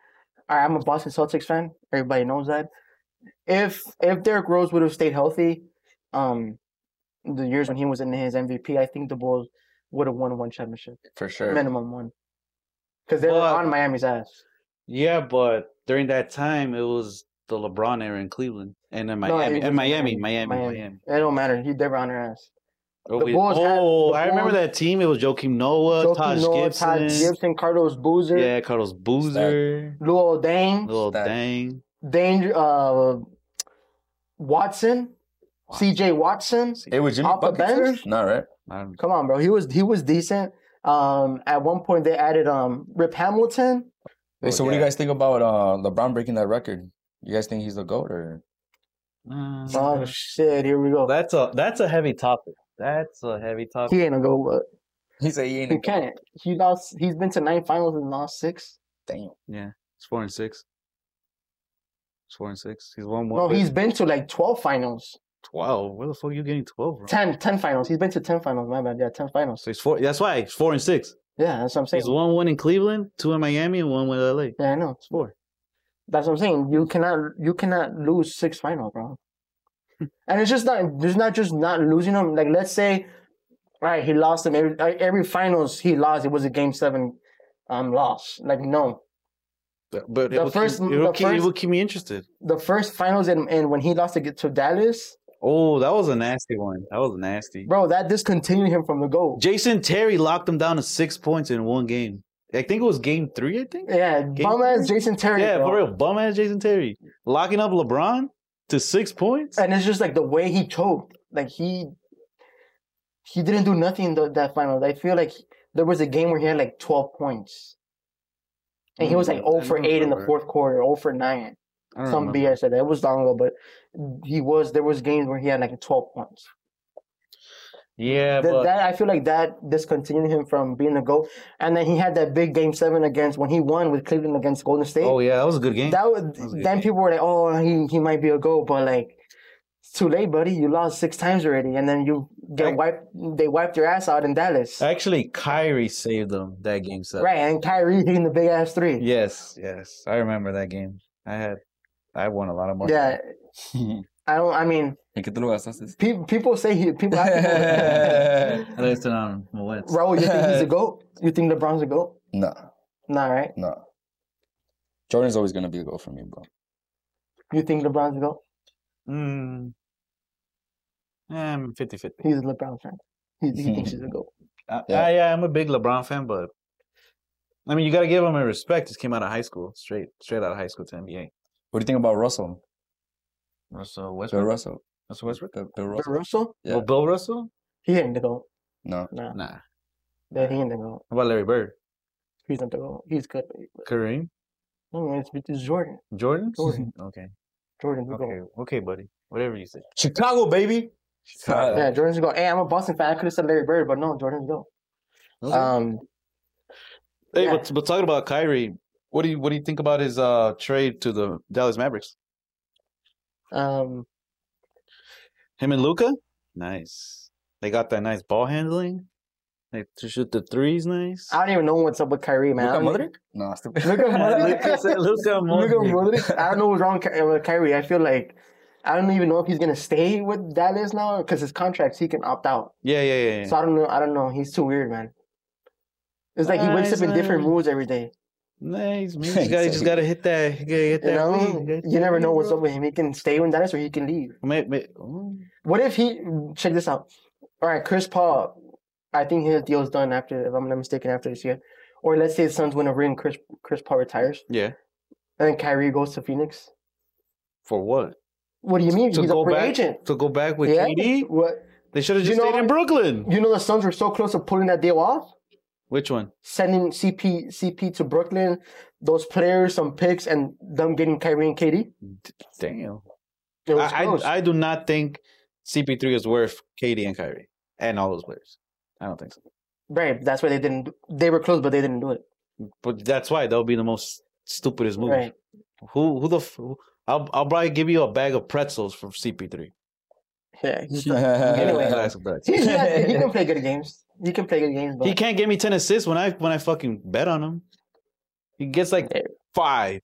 all right, I'm a Boston Celtics fan. Everybody knows that. If if Derrick Rose would have stayed healthy, um, the years when he was in his MVP, I think the Bulls would have won one championship, for sure. minimum one, because they were But- on Miami's ass. Yeah, but during that time, it was the LeBron era in Cleveland and in No, Miami, it and was Miami, Miami, Miami, Miami. It don't matter. He they were on their ass. Oh, The we- Bulls had- oh, the I remember Bulls- that team. It was Joakim Noah, Joakim Taj Noah, Gibson, Todd Gibson, Carlos Boozer, yeah, Carlos Boozer, Luol Deng. little Stack. dang. Danger uh, Watson, CJ Watson. It was Jimmy Off the Bucket there? bench? No, right? I don't- Come on, bro. He was he was decent. Um, at one point they added um Rip Hamilton. Oh, Wait, so what do you guys think about uh, LeBron breaking that record? You guys think he's the goat or? (laughs) Uh, Oh shit, here we go. that's a that's a heavy topic. That's a heavy topic. He ain't a go. But He said he ain't. (laughs) he can't. He lost. He's been to nine finals and lost six. Damn. Yeah, it's four and six. It's four and six. He's one No, more. he's been to like twelve finals, twelve. Where the fuck are you getting twelve from? 10, 10 finals. He's been to ten finals. My bad. Yeah, ten finals. So he's four. That's why he's four and six. Yeah, that's what I'm saying. He's one one in Cleveland, two in Miami, and one with LA. Yeah, I know. It's four. That's what I'm saying. You cannot you cannot lose six final, (laughs) bro. and it's just not there's not just not losing them. Like let's say, all right, he lost them every like, every finals he lost. It was a game seven um loss. Like no, But, but The it will first- keep, it will the keep, it first- will keep me interested. the first finals and, and when he lost to get to Dallas, Oh, that was a nasty one. That was nasty. bro, that discontinued him from the goal. Jason Terry locked him down to six points in one game. I think it was game three. I think. Yeah, bum ass Jason Terry. Yeah, bro. for real, bum ass Jason Terry locking up LeBron to six points. And it's just like the way he choked. Like he he didn't do nothing in tho- that finals. I feel like there was a game where he had like 12 points. And he was like Mm, I 0 for don't 8 in the remember. fourth quarter, 0 for 9. I don't Some remember. BS said that. It was long ago, but he was there was games where he had like 12 points. Yeah, Th- but that I feel like that discontinued him from being a GOAT. And then he had that big game 7 against when he won with Cleveland against Golden State. oh yeah, that was a good game. That would That was a good then game. people were like, "Oh, he he might be a goat," but like, it's too late, buddy. You lost six times already, and then you Right. get wiped. They wiped your ass out in Dallas, Actually, Kyrie saved them that game. So right? And Kyrie hitting the big ass three. yes, yes, I remember that game. I had, I won a lot of money. (laughs) Yeah, ¿En I don't. I mean, qué te lo gastaste? pe- people say he. (laughs) People ask I listed on Moet. people, Raul, you think he's a goat? You think LeBron's a goat? (laughs) No, Nah, right? no. Jordan's always gonna be the goat for me, bro. You think LeBron's a goat? Mm. I'm 50 50. He's a LeBron fan. He, he thinks he's a (laughs) goat. I, Yeah. I, yeah, I'm a big LeBron fan, but I mean, you got to give him a respect. Just came out of high school, straight straight out of high school to NBA. What do you think about Russell? Russell Bill Westbrook. Russell. Russell Westbrook. Bill, Bill But Russell. Russell, Yeah. Well, Bill Russell? he ain't the goat. No. Nah, Nah. How that he ain't the goat. about Larry Bird? He's not the goat. He's good. Kareem? No, it's, it's Jordan. Jordan? Jordan. (laughs) Okay. Jordan's the goat. Okay. Okay, buddy. Whatever you say. Chicago, baby. Chicago. Yeah, Jordan's go. Hey, I'm a Boston fan. I could have said Larry Bird, but no, Jordan's go. Um, Hey, Yeah. but, but talking about Kyrie, what do you what do you think about his uh trade to the Dallas Mavericks? um, Him and Luca, nice. They got that nice ball handling. They to shoot the threes, nice. I don't even know what's up with Kyrie, man. Luka I don't- Modric? No, stupid. (laughs) (laughs) Luka (laughs) Luka Modric. said- Luka Luka Modric. Modric. I don't know what's wrong with Ky- with Kyrie. I feel like I don't even know if he's gonna stay with Dallas now because his contracts he can opt out. Yeah, yeah, yeah. yeah. So I don't know. I don't know. He's too weird, man. It's like he Uh, wakes up he's in a- different moods every day. nice, (laughs) man. You just gotta, you just gotta hit that. You gotta hit You that. know, lead. gotta you hit never that know lead, what's bro. up with him. He can stay with Dallas or he can leave. May- may- oh, ooh. What if he check this out? All right, Chris Paul. I think his deal's done after, if I'm not mistaken, after this year. Or let's say the Suns win a ring, Chris Chris Paul retires, Yeah. and then Kyrie goes to Phoenix. For what? What do you mean? To He's a go free back agent. to go back with Yeah. KD? What? They should have You just know- stayed in Brooklyn. You know the Suns were so close to pulling that deal off, Which one? sending CP CP to Brooklyn, those players, some picks, and them getting Kyrie and KD. Damn. It was I, close. I, I do not think CP3 is worth KD and Kyrie and all those players. I don't think so. right. That's why they didn't. do- They were close, but they didn't do it. But that's why that would be the most stupidest move. Right. Who who the f- who- I'll I'll probably give you a bag of pretzels from CP3. Yeah, (laughs) he's done. A Anyway. Anyway, bag of pretzels. He's not, (laughs) he can play good games. He can play good games, but He can't get me ten assists when I when I fucking bet on him. He gets like Yeah. five.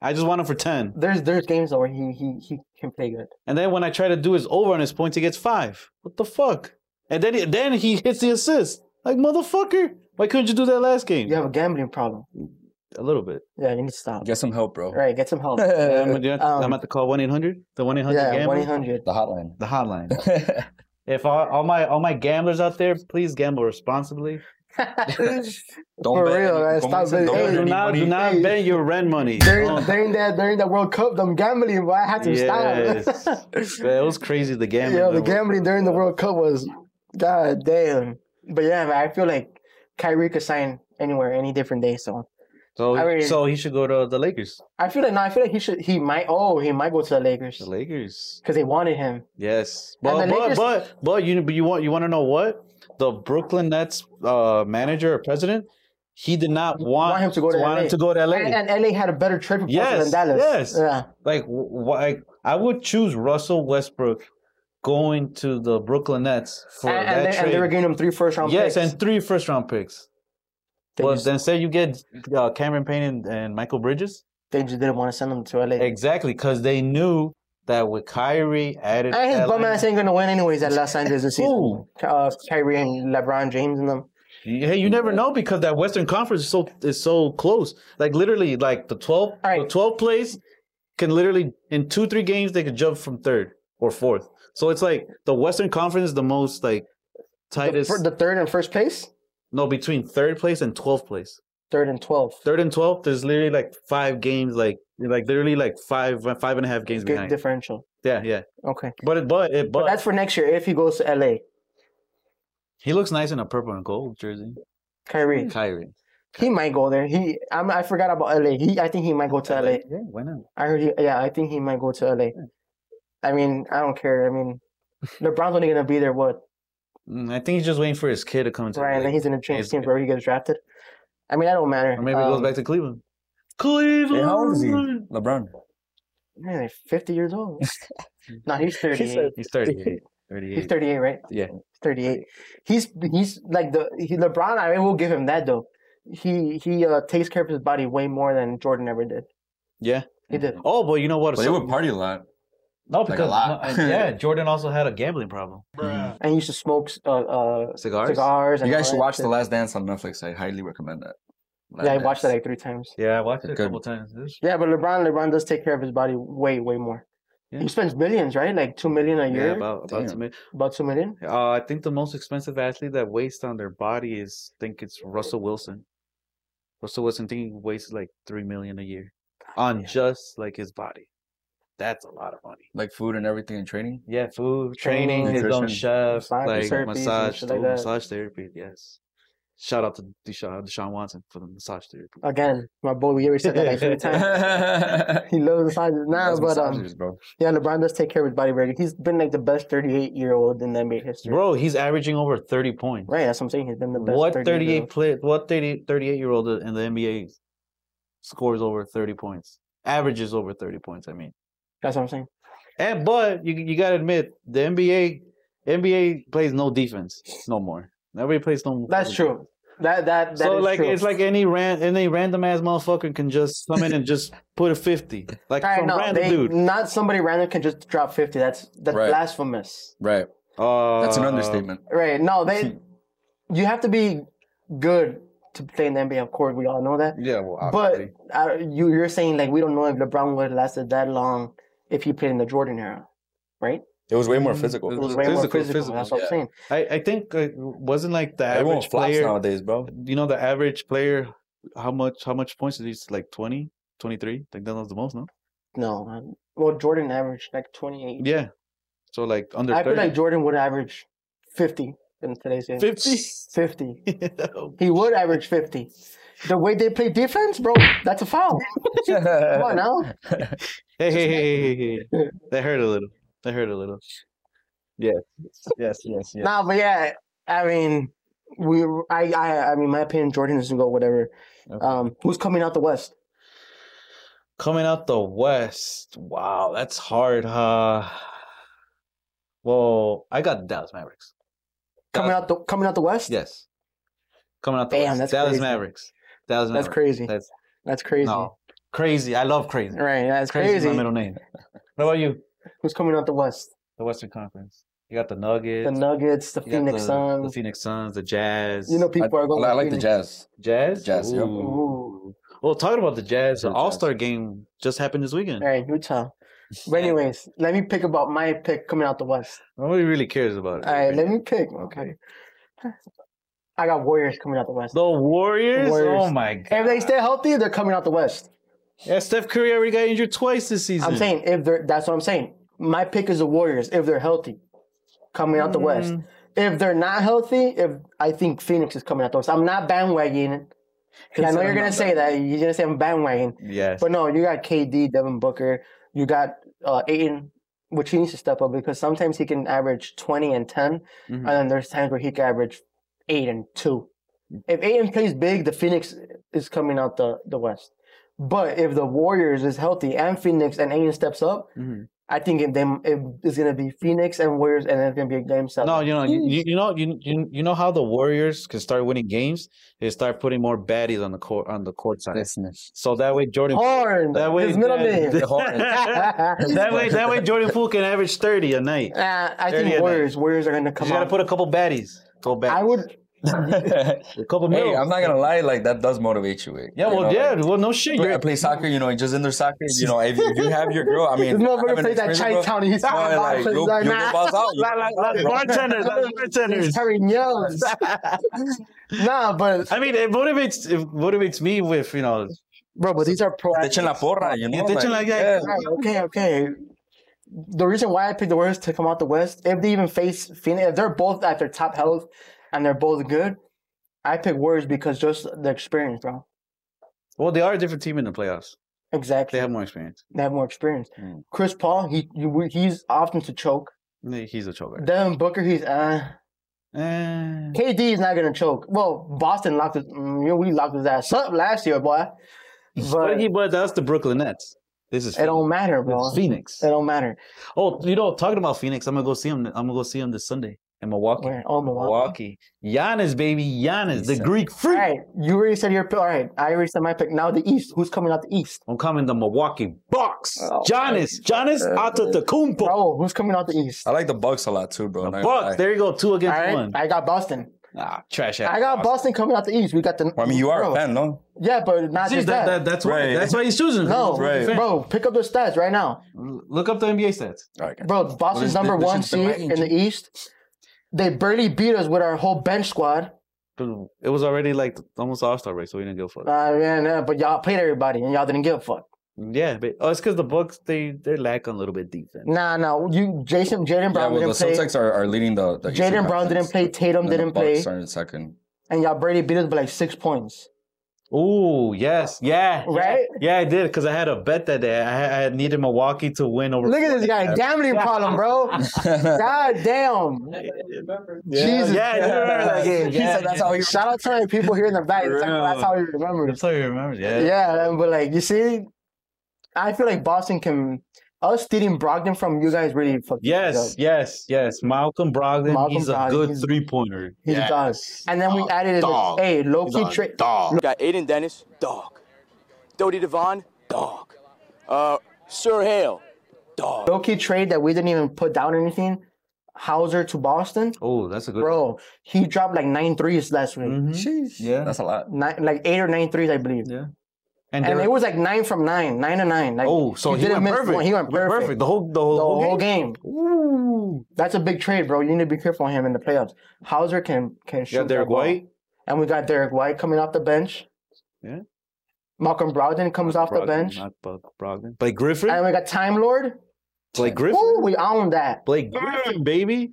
I just want him for ten. there's there's games though where he he he can play good. And then when I try to do his over on his points, he gets five. What the fuck? And then he, then he hits the assist. Like motherfucker, why couldn't you do that last game? You have a gambling problem. a little bit. Yeah, you need to stop. get some help, (laughs) bro. Right, get some (laughs) help. I'm, the I'm about to call one eight hundred. The one eight hundred Uh, um, yeah, one eight gamble. (laughs) hundred. hotline. The hotline. If all, all my all my gamblers out there, please gamble responsibly. For bet real, any- don't man. Stop bet- it. don't Hey, bet Do any not do money. not bet your rent money. During, Oh. during that during that World Cup, them gambling, boy, I had to Yes. stop. (laughs) Man, it was crazy the gambling. yeah, that the was- gambling during the World Cup was god damn. But yeah, man, I feel like Kyrie could sign anywhere, any different day. So So, I mean- so he should go to the Lakers. I feel like no, I feel like he should. He might. Oh, he might go to the Lakers The Lakers. because they wanted him. Yes. And But the but, Lakers- but but you but you want you want to know what the Brooklyn Nets uh, manager or president he did not want, him to go to want him LA. to go to LA. And, and LA had a better trade proposal Yes, than Dallas. yes. Yeah. like why I would choose Russell Westbrook going to the Brooklyn Nets for And, that and, they, trade. and they were giving him three first round yes, picks. and three first round picks. they, well, just, then say you get uh, Cameron Payne and, and Michael Bridges. they just didn't want to send him to LA. Exactly, because they knew that with Kyrie added. And his that bum lane- ass ain't gonna win anyways at Los Angeles this season. Ooh. Uh, Kyrie and LeBron James and them. Hey, you never know because that Western Conference is so is so close. Like literally, like the twelve, All right. the twelve plays can literally in two three games they could jump from third or fourth. So it's like the Western Conference is the most like The, tightest. fir- the third and first place, no, between third place and twelfth place. third and twelfth. Third and twelfth, there's literally like five games, like like literally like five five and a half games Good behind. differential. yeah, yeah. Okay, But it, but it, but but that's for next year if he goes to LA. he looks nice in a purple and gold jersey. Kyrie, Kyrie. he might go there. He, I'm, I forgot about LA. He, I think he might go to LA. Yeah, why not? I heard. He, yeah, I think he might go to LA. Hmm. I mean, I don't care. (laughs) I mean, LeBron's only gonna be there what Mm, I think he's just waiting for his kid to come to. the Right, and then league. he's in a change He's- team wherever he gets drafted. I mean, that don't matter. Or maybe he goes Um, back to Cleveland. Cleveland. Hey, how old is he? LeBron. Man, like fifty (laughs) years old. (laughs) no, he's thirty-eight. He's 38. 38. he's thirty-eight, right? Yeah. thirty-eight. He's he's like the he, LeBron. I will give him that though. He he uh, takes care of his body way more than Jordan ever did. Yeah. He did. Oh, but you know what? But they So- would party a lot. no, like a because lot. no, and yeah, Jordan also had a gambling (laughs) problem. And he used to smoke uh, uh, Cigars. cigars. You And guys all should that watch shit. The Last Dance on Netflix. I highly recommend that. Last Yeah, I watched that Dance. like three times. Yeah, I watched it a Good. couple times. This- Yeah, but LeBron LeBron does take care of his body way way more. Yeah. He spends millions, right? Like two million a year. Yeah, about about Damn. to make. about two million. Uh, I think the most expensive athlete that weighs on their body is I think it's Russell Wilson. Russell Wilson I think he weighs like three million a year on just like his body. That's a lot of money. Like food and everything and (laughs) training. Yeah, food, training, his own Nutrition. chef, Massage like therapies and massage, shit like ooh, that. massage therapy. Yes. Shout out to Deshaun, Deshaun Watson for the massage therapy. Again, my boy, we already said that like (laughs) three times. He loves massages now, That's but um, massages, bro. yeah, LeBron does take care of his body very good. He's been like the best 38 year old in NBA history. Bro, he's averaging over 30 points. Right, that's what I'm saying. He's been the best. what 38? 38 player, what 30, 38 year old in the NBA scores over 30 points? Averages over 30 points, I mean. That's what I'm saying. And but you you got to admit the NBA NBA plays no defense no more. Nobody plays no That's true. That that that so is like true. it's like any ran any random ass motherfucker can just come in and just put a fifty like All right, some no, random they- dude. not somebody random can just drop 50. That's that's Right. blasphemous. Right. That's an Uh, understatement. Right? No, they. you have to be good to play in the NBA. Of course, we all know that. Yeah. Well, But uh, you you're saying like we don't know if LeBron would have lasted that long if he played in the Jordan era, right? it was way more physical. Mm, It was way more Physical, physical. physical, That's what yeah. I'm saying. I I think uh, wasn't like the Everyone average flops player. nowadays, bro. You know the average player. How much how much points did he? Like 20, 23? I think that was the most, no? No, um, well, Jordan averaged like 28. Yeah. So like under I feel thirty. like Jordan would average 50 in today's game. 50? 50. Yo, He would average 50. The way they play defense, bro, that's a foul. (laughs) Come on now. (laughs) Hey, hey, hey, hey, hey, hey. Yeah. That hurt a little. That hurt a little. Yes. Yes, yes, yes. Nah, but yeah, I mean, we, I, I, I mean, my opinion, Jordan is gonna go whatever. Okay. Um, who's coming out the West? Coming out the West. Wow, that's hard, huh? Well, I got Dallas Mavericks. Coming out the coming out the West. Yes. Coming out the Damn, West. that's Dallas crazy. Mavericks. Dallas that's Mavericks. crazy. That's- That's crazy. No. Crazy. I love crazy. Right, that's Crazy is crazy. my middle name. What about you? Who's coming out the West? The Western Conference. You got the Nuggets. The Nuggets, the you got Phoenix the- Suns. The Phoenix Suns, the Jazz. you know, I, people are going. I with like the Phoenix. Jazz. Jazz? Jazz, yep. Ooh. Well, talking about the Jazz, The the Jazz. All Star game just happened this weekend. All right, Utah. But anyways, let me pick about my pick coming out the West. Nobody really cares about it. All right, let me pick. Okay. I got Warriors coming out the West. the Warriors? Warriors. Oh my god! If they stay healthy, they're coming out the West. Yeah, Steph Curry already got injured twice this season. I'm saying if they're that's what I'm saying. My pick is the Warriors if they're healthy, coming out the West. If they're not healthy, if I think Phoenix is coming out the West. I'm not bandwagoning. 'Cause I know you're gonna say that. You're gonna say I'm bandwagoning, Yes. but no, you got KD, Devin Booker, you got uh, Aiden, which he needs to step up because sometimes he can average 20 and 10, Mhm. and then there's times where he can average eight and two. Hmm. If Aiden plays big, the Phoenix is coming out the, the West. But if the Warriors is healthy and Phoenix and Aiden steps up, Mhm. I think it, them, it, it's gonna be Phoenix and Warriors, and it's gonna be a game seven. No, you know, you, Hmm. you- you know, you, you you know how the Warriors can start winning games. They start putting more baddies on the court on the court side. Listeners. So that way, Jordan. (laughs) Horn. that way, his middle that, (laughs) name. (laughs) that way, that way, Jordan Poole can average thirty a night. Uh, I Thirty a night. think Warriors. Warriors are gonna come You got to out. put a couple baddies. Go back. I would. (laughs) hey, a couple middles. I'm not gonna lie. Like that does motivate you. eh? Yeah, You well, know, yeah, like, well, no shit. I You're, play soccer, you know, just in their soccer, you know, if, if you have your girl, I mean, This motherfucker having played that experience, bro, Chinatown. He's bro, like, talking about you'll, you'll like, go nah. balls out. you like, like, like bartenders, like bartenders. He's carrying yells. nah, but I mean, it motivates. It motivates me with you know. bro, but these are pro. Te echen la porra, you know, Te echen like, la- yeah. Alright, okay, okay. The reason why I picked the Warriors to come out the West, if they even face Phoenix, if they're both at their top health and they're both good, I pick Warriors because just the experience, bro. Well, they are a different team in the playoffs. They Exactly, have Hmm. more experience. they have more experience. Mm. Chris Paul, he you, he's often to choke. He's a choker. Devin Booker, he's uh. Eh. KD is not gonna choke. Well, Boston locked his, mm, you know, we locked his ass up last year, boy. But, But he, it but that's the Brooklyn Nets. This is don't matter, bro. It's It Phoenix. don't matter. Oh, you know, talking about Phoenix, I'm gonna go see him. I'm gonna go see him this Sunday in Milwaukee. We're all Milwaukee. Milwaukee, Giannis, baby, Giannis, the Decent. Greek All freak. right, you already said your pick. All right, I already said my pick. Now the East. Who's coming out the East? I'm coming to Milwaukee Bucks. Oh, Uh, Giannis, Giannis Antetokounmpo. Bro, who's coming out the East? I like the Bucks a lot too, bro. The not gonna Bucks. lie. There you go, two All against right, one. I got Boston. Ah, trash ass. I got Boston coming out the East. We got the. Well, I mean, you are bro. a fan, no? Yeah, but not See, just that, that. that, that's why. Right. That's why he's choosing. no, Right. bro, pick up the stats right now, Look up the NBA stats. All right, guys. bro. Boston's Well, number this- this one is the seed range. in the East. They barely beat us with our whole bench squad. It was already like almost All Star race, so we didn't go for it. Uh, yeah, no, but y'all played everybody and y'all didn't give a fuck. yeah, but oh, it's because the Bucks they they lack a little bit defense. Nah, no, you Jason Jaden Yeah, Brown well, the didn't play, Celtics are, are leading the. the Eastern Jaden Brown didn't Conference. play, Tatum And then didn't the Bucks play, Are in second. and y'all Brady beat us by like six points, Oh yes, yeah, Mm. right? yeah. I did because I had a bet that day. I had, I had needed Milwaukee to win over. Look at this guy, gambling problem, bro. God damn. Yeah, Jesus. yeah, I do remember that game. He Yeah, said that's how he. Shout out to the people here in the back. For It's like, real. that's how he remembers. That's how you remember. Yeah, Yeah, but like you see, I feel like Boston can. Us stealing Brogdon from you guys really fucked us Yes, up. yes, yes. Malcolm Brogdon, Malcolm he's a Brogdon, good he's- three pointer. He's a dog. And then we added a Dog. hey, low He's key a trade. dog. Got Aiden Dennis, dog. Dodie Devon, dog. Uh, Sir Hale, dog. low key trade that we didn't even put down anything. Hauser to Boston, Oh, that's a good. bro. He dropped like nine threes last week, Mm-hmm. Mhm. Yeah, (laughs) That's a lot. nine, like eight or nine threes, I believe. yeah. And, And they it were- was like nine from nine, nine to nine. Like, oh, so he, went miss perfect. One. He went perfect. The whole, the whole, The whole whole game. game. Ooh. That's a big trade, bro. You need to be careful on him in the playoffs. Hauser can can shoot. You got Derek that ball. White. and we got Derek White coming off the bench. Yeah. Malcolm Brogdon comes off the Brogdon, bench, Not Bro- Brogdon. Blake Griffin. and we got Time Lord. Blake Griffin. Ooh, we own that. Blake Griffin, baby.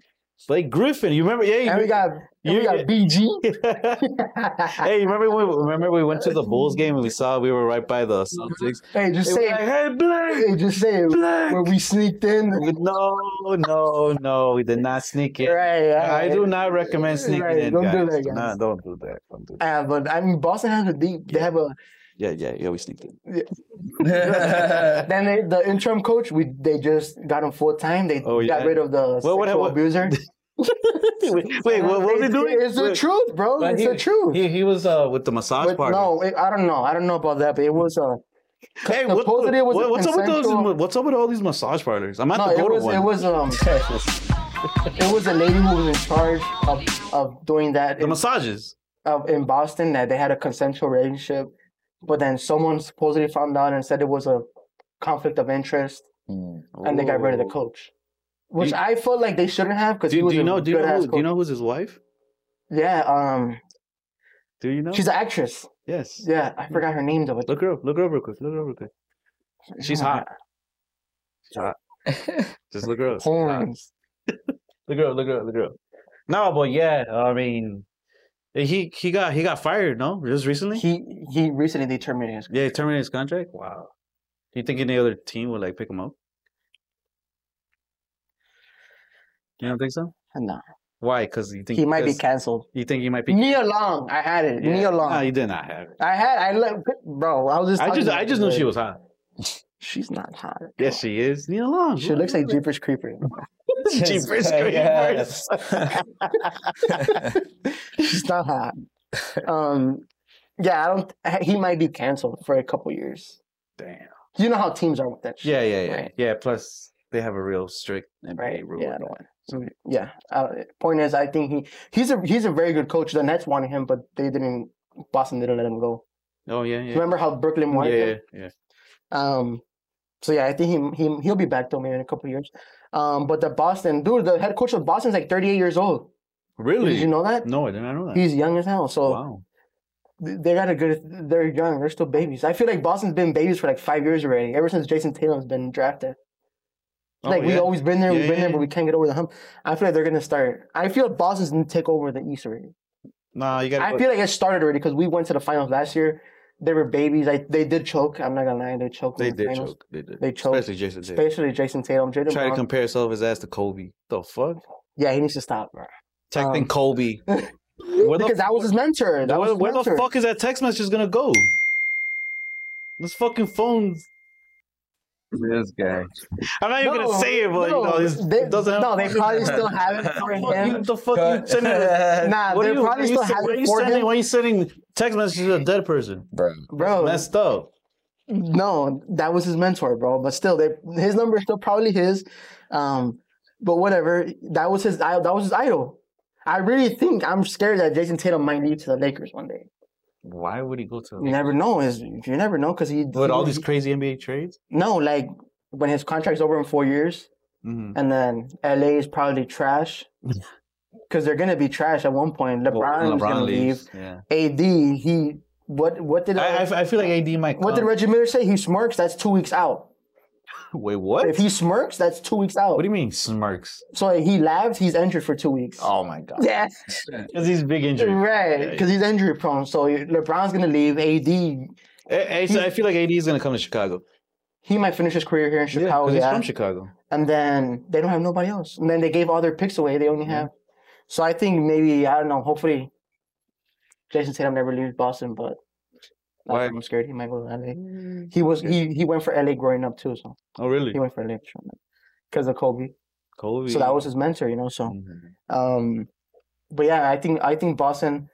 Blake Griffin. You remember? Yeah. And we You, got and we you- (laughs) got BG. hey, you remember when? Remember we went to the Bulls game and we saw we were right by the Celtics. hey, just They were say like, it. hey, Blake, Hey, just say it. Blake. Where we sneaked in. Right, No, no, no. We did not sneak in. I right. do not recommend sneaking Right, in. don't do guys. that, Do guys. not- don't do that. Don't do that. (laughs) Uh, but I mean, Boston has a deep. They have a Yeah, yeah, yeah. We sneaked in. Then they, the interim coach, we they just got him full time. They Oh, yeah. got rid of the Well, sexual what- what- abuser. wait, (laughs) wait, what, what are we It's- doing? It's the Wait. truth, bro. But It's he, the truth. He, he was uh, with the massage But party. no, it, I don't know. I don't know about that, but it was uh, hey, what, supposedly it was what- what's up with those? consensual- What's up with all these massage parlors? I'm at no, the it go to was one. it was um, (laughs) it was a lady who was in charge of of doing that the in, massages. of, in Boston that they had a consensual relationship, but then someone supposedly found out and said it was a conflict of interest, and they got rid of the coach, which You- I felt like they shouldn't have because Do, he you- was do you a know? Do you know? good-ass Who, do you coach. know who's his wife? Yeah, um, Do you know? she's an actress. yes. Yeah, I forgot her name though. Look her up. Look her up real quick. Look her up real quick. She's (laughs) hot. She's hot. Just look her up. Horns. (laughs) Look her up. Look her up. Look her up. No, but yeah, I mean, he he got he got fired. No, just recently. He he recently they terminated his yeah, he terminated his contract. Wow. Do you think any other team would like pick him up? You don't think so? No, Why? Because you think he might be 'cause canceled. You think he might be? Neil Long, I had it. Yeah. Neil Nah, Long, you did not have it. I had. I let bro. I was just. I talking just about I just it, knew but she was hot. She's not hot. Yes, she is. Neil Long. She looks like Jeepers Creeper. (laughs) Jeepers (laughs) (laughs) Creepers. She's not hot. Um, yeah, I don't. He might be canceled for a couple years. Damn. You know how teams are with that. Shit, Yeah, yeah, yeah, Right. yeah. Plus, they have a real strict NBA Right. rule. Yeah. So, yeah. Uh, point is, I think he he's a he's a very good coach. The Nets wanted him, but they didn't. Boston didn't let him go. Oh yeah, yeah. Remember how Brooklyn wanted yeah, him? yeah, yeah. Um, so yeah, I think he, he he'll be back though maybe in a couple years. Um, but the Boston dude, the head coach of Boston's like 38 years old. Really? Did you know that? No, I did not know that. He's young as hell. So wow. th- they got a good. They're young. They're still babies. I feel like Boston's been babies for like five years already. Ever since Jason Tatum's been drafted. Oh, Like we yeah. always been there. Yeah, we've been yeah, there, yeah. but we can't get over the hump. I feel like they're gonna start. I feel Boston's gonna take over the East already. Nah, you I gotta. feel like it started already because we went to the finals last year. They were babies. I, they did choke. I'm not gonna lie. They choked. in they the did finals. choke. They did. They choked. Especially Jason Tatum. Especially Jason Tatum. Jaden Try to Brown. compare himself his ass to Kobe. The fuck? yeah, he needs to stop, bro. Texting Um, (laughs) Kobe. Where the, because that was his mentor. That where, was his where the mentor. fuck is that text message gonna go? This fucking phone. this guy. I'm not even No, gonna say it, but you know, it's, they, it doesn't. Help. No, they probably still have it for You, (laughs) him. the fuck you sending? What Nah, are they you, probably why you still sen- have why it you for sending? him, Why you sending text messages to a dead person? (laughs) Bro. bro. Messed up. Mm-hmm. No, that was his mentor, bro. But still, they, his number is still probably his. Um, but whatever, that was his. i- That was his idol. I really think I'm scared that Jason Tatum might leave to the Lakers one day. Why would he go to? You never know. Is you never know because he With he- all these crazy NBA trades? no like when his contract's over in four years. Mm-hmm. and then LA is probably (laughs) trash because they're gonna be trash at one point. LeBron's gonna Yeah. leave. AD, he what what did I, uh, I f- I feel like AD might. what did come. Reggie Miller say? He smirks. That's two weeks out. Wait, what? If he smirks, that's two weeks out. what do you mean smirks? so he laughed. He's injured for two weeks. Oh my god. Yeah, Because he's big injury. right. Because he's injury prone. So LeBron's gonna leave. AD, I, I, Eh, so I feel like AD is gonna come to Chicago. he might finish his career here in Yeah, 'cause Chicago. he's yeah. from Chicago. and then they don't have nobody else. And then they gave all their picks away. They only have. So I think maybe I don't know. Hopefully, Jason Tatum never leaves Boston, but Why? I'm scared he might go to LA. He was he he went for LA growing up too, so Oh really? he went for LA because of Kobe. Kobe. So that was his mentor, you know. So, Mhm. um, but yeah, I think I think Boston.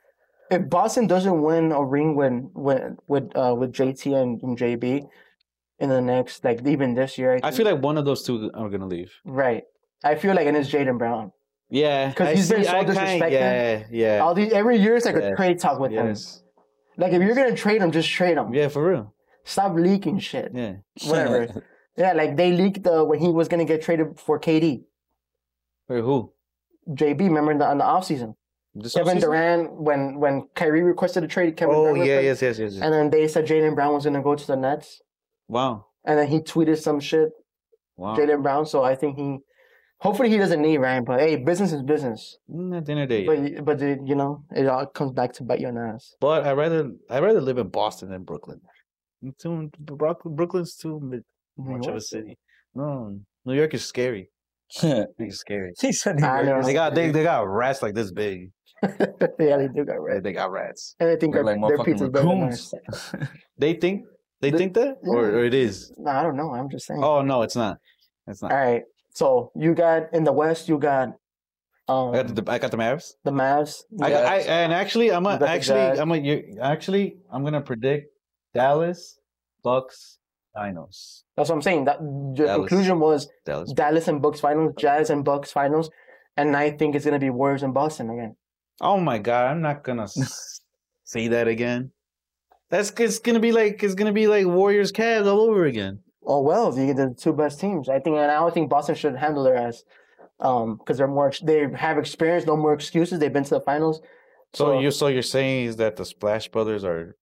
If Boston doesn't win a ring with with with uh, with JT and, and JB in the next like even this year, I, I think- feel like one of those two are gonna leave. right. I feel like and it's Jaden Brown. Yeah, 'Cause I he's been see- so I kinda- disrespected. Yeah, yeah. All these every year it's like Yeah. a trade talk with yes. him. Like if you're gonna trade him, just trade him. Yeah, for real. Stop leaking shit. Yeah. (laughs) Whatever. yeah, like they leaked the when he was gonna get traded for KD. Wait, who? JB, remember in the, on the offseason? This Kevin offseason? Durant when when Kyrie requested a trade, Kevin Oh Durant yeah, requested- yes, yes, yes. yes. And then they said Jalen Brown was gonna go to the Nets. wow, And then he tweeted some shit, wow. Jalen Brown. So I think he hopefully he doesn't need Ryan, but hey, business is business. Mm, At the end of the day, But but it, you know, it all comes back to bite you on the ass. But I rather I rather live in Boston than Brooklyn. It's (laughs) Too Brook- Brooklyn's too mid- much of a city. No, New York is scary. He's scary. He said he I was- know. They got they, they got rats like this big. (laughs) yeah, they do got red. They got rats. And they think They're their, like their motherfucking pizza's better than raccoons. ours. They think they The- Mm. think that or, or it is. No, I don't know. I'm just saying. Oh no, it's not. It's All not. right. So you got in the West, you got um, I got the I got the Mavs. the Mavs. I, got, I and actually I'm You a, got the actually Jazz. I'm a, you, actually I'm gonna predict Dallas Bucks Dinos. That's what I'm saying. That your Dallas. conclusion was Dallas. Dallas and Bucks finals, Jazz and Bucks finals, and I think it's gonna be Warriors and Boston again. Oh my god, I'm not (laughs) gonna s- say that again. That's it's gonna be like it's gonna be like Warriors Cavs all over again. Oh well, you get the two best teams. I think, and I don't think Boston should handle their ass um because they're more ex- they have experience, no more excuses. They've been to the finals. So Well- you so you're saying is that the Splash Brothers are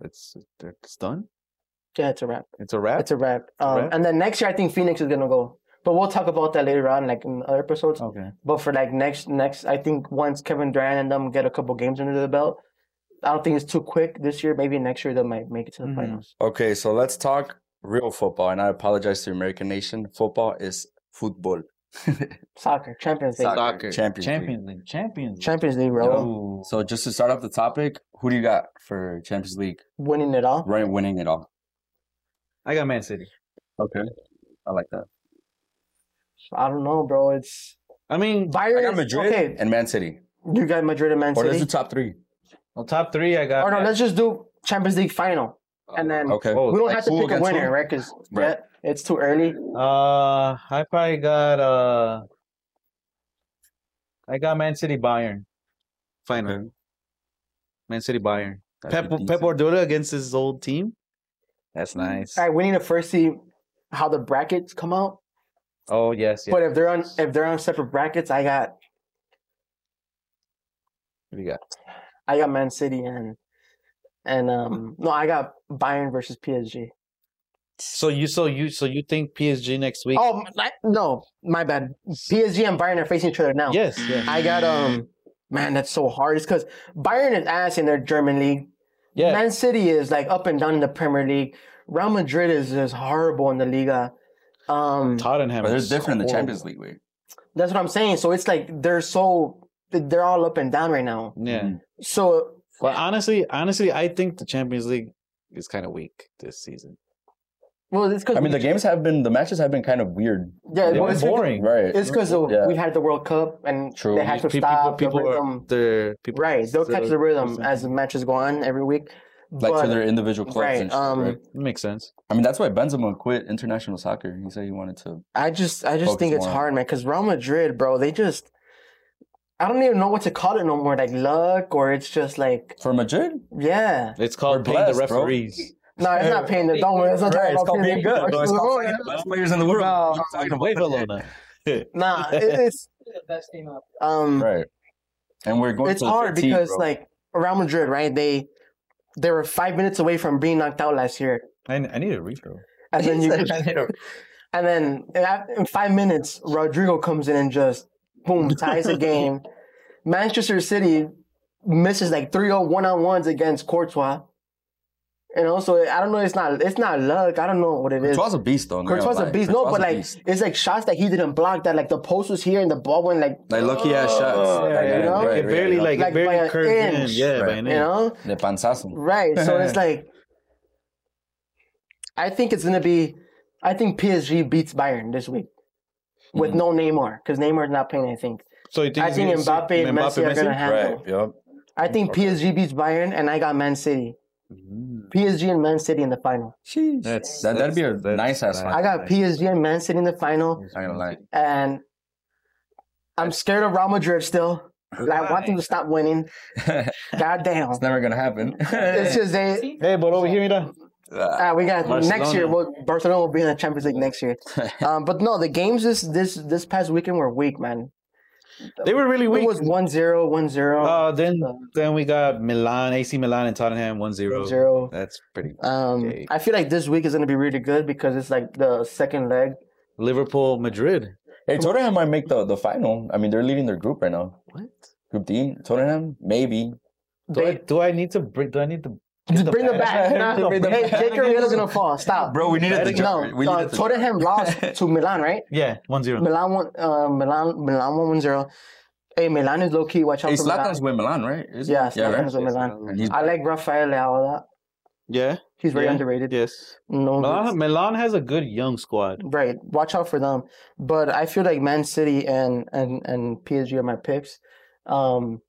it's they're- it's done? Yeah, it's a wrap. It's a wrap. It's a wrap. Um, wrap? And then next year, I think Phoenix is gonna go. But we'll talk about that later on, like in other episodes. okay. But for like next next, I think once Kevin Durant and them get a couple games under the belt, I don't think it's too quick this year. Maybe next year they might make it to the Mhm. finals. Okay, so let's talk real football. And I apologize to the American nation. Football is football. Soccer, Champions League, Soccer. Champions League. Champions League. Champions. League. Champions League, bro, Ooh. So just to start off the topic, who do you got for Champions League? winning it all. Right, winning it all. I got Man City. Okay, I like that. I don't know, bro. It's I mean, Bayern. I got Madrid Okay, and Man City. you got Madrid and Man Or let's do City. top three. well, top three. I got. Or no, let's just do Champions League final, and then Uh, Okay. Oh, we don't like have to who pick a against winner, who? right? Because Right. it's too early. Uh, I probably got uh, I got Man City Bayern. Final. Okay. Man City Bayern. That's Pep decent. Pep Guardiola against his old team. That's nice. All right, we need to first see how the brackets come out. Oh yes, yes. But if they're on if they're on separate brackets, I got What do you got? I got Man City and and um no, I got Bayern versus PSG. So you so you so you think PSG next week? Oh m- I- no, my bad. PSG and Bayern are facing each other now. yes, yes, I got um man, that's so hard. It's because Bayern is ass in their German league. yeah. Man City is like up and down in the Premier League. Real Madrid is just horrible in the Liga. Um, Tottenham. But is there's different in the horrible. Champions League way. that's what I'm saying. So it's like they're so they're all up and down right now. Yeah. Mhm. So Well, honestly, honestly, I think the Champions League is kind of weak this season. well, it's because I mean, the games have been, the matches have been kind of weird. yeah, They're well, it's 'cause- boring. Right. It's because Yeah. we've had the World Cup and True. they had to Pe- stop people, the people rhythm. are they're people right, they'll catch so- the rhythm so- as the matches go on every week. like but, to their individual clubs. right, and shit, um, right? It makes sense. I mean, that's why Benzema quit international soccer. He said he wanted to. I just, I just Focus think it's more. hard, man. Because Real Madrid, bro, they just, I don't even know what to call it no more. Like luck, or it's just like, For Madrid? yeah. It's called We're paying the blessed, bro. referees. No, it's not paying the. Don't worry, it's not Right, talking it's about called paying being the Oh, good, bro. It's bills. called What's fucking going best players in the world. No. Keep talking about it. on? Nah, it- (laughs) it's um, Right. And we're going it's to the hard 15, because bro. like Real Madrid, right? They, they were five minutes away from being knocked out last year. I, I need a refill. (laughs) And then you, It's and then a- in five minutes, Rodrigo comes in and just boom ties the (laughs) game. Manchester City misses like 3-0 one-on-ones against Courtois. And also, I don't know. It's not. It's not luck. I don't know what it is. Courtois a beast, though. I'm not gonna Courtois a lie. beast. No, Courtois but a like beast. it's like shots that he didn't block. That like the post was here and the ball went like Like, lucky ass Oh, shots. yeah, Like, you right, know? right, it right, barely right. like, Like, it by barely an curved inch. in. Yeah, by Right. an you inch. know The panzazo. right. So it's like I think it's gonna be. I think PSG beats Bayern this week with Mhm. no Neymar because Neymar's not playing. I think. So you think I it's think gonna see- Mbappe and Messi are gonna handle. Right, yep. I think PSG beats Bayern, and I got Man City. Mhm. PSG and Man City in the final. That's, That- that'd be a that's- nice-ass that's- one. I got PSG and Man City in the final, I'm not gonna lie. and I'm scared of Real Madrid still. (laughs) I want them to stop winning. (laughs) it's God damn. never gonna happen. (laughs) (laughs) It's just they. Hey, but over here, mira. Uh, we got next Barcelona. year. Well, Barcelona will be in the Champions League next (laughs) year. Um, but no, the games this this this past weekend were weak, man. They were really It weak. was 1-0, 1-0. Uh, then then we got Milan, AC Milan, and Tottenham 1 0. 1-0. That's pretty. Um, Okay. I feel like this week is going to be really good because it's like the second leg. Liverpool, Madrid. hey, Tottenham might make the, the final. I mean, they're leading their group right now. What? Group D. Tottenham, maybe. Do, I, They, (laughs) do I need to bring? Do I need to Get Bring it back. Get the Nah. Hey, back. (laughs) Jake Arrieta's gonna fall. Stop, Bro, we needed the No, joker. We uh, needed the joker. Tottenham lost (laughs) to Milan, right? Yeah, 1 0. Milan won. Uh, Milan. Milan won one zero. Hey, Milan is low key. Watch out Hey, for Zlatan's Milan. with Milan, right? Is Yeah, yeah, Zlatan's with Milan. And he's I like Rafael Leao. Yeah. He's very yeah, underrated. Yes. No, Milan, Milan has a good young squad. Right. Watch out for them. But I feel like Man City and and and PSG are my picks. Um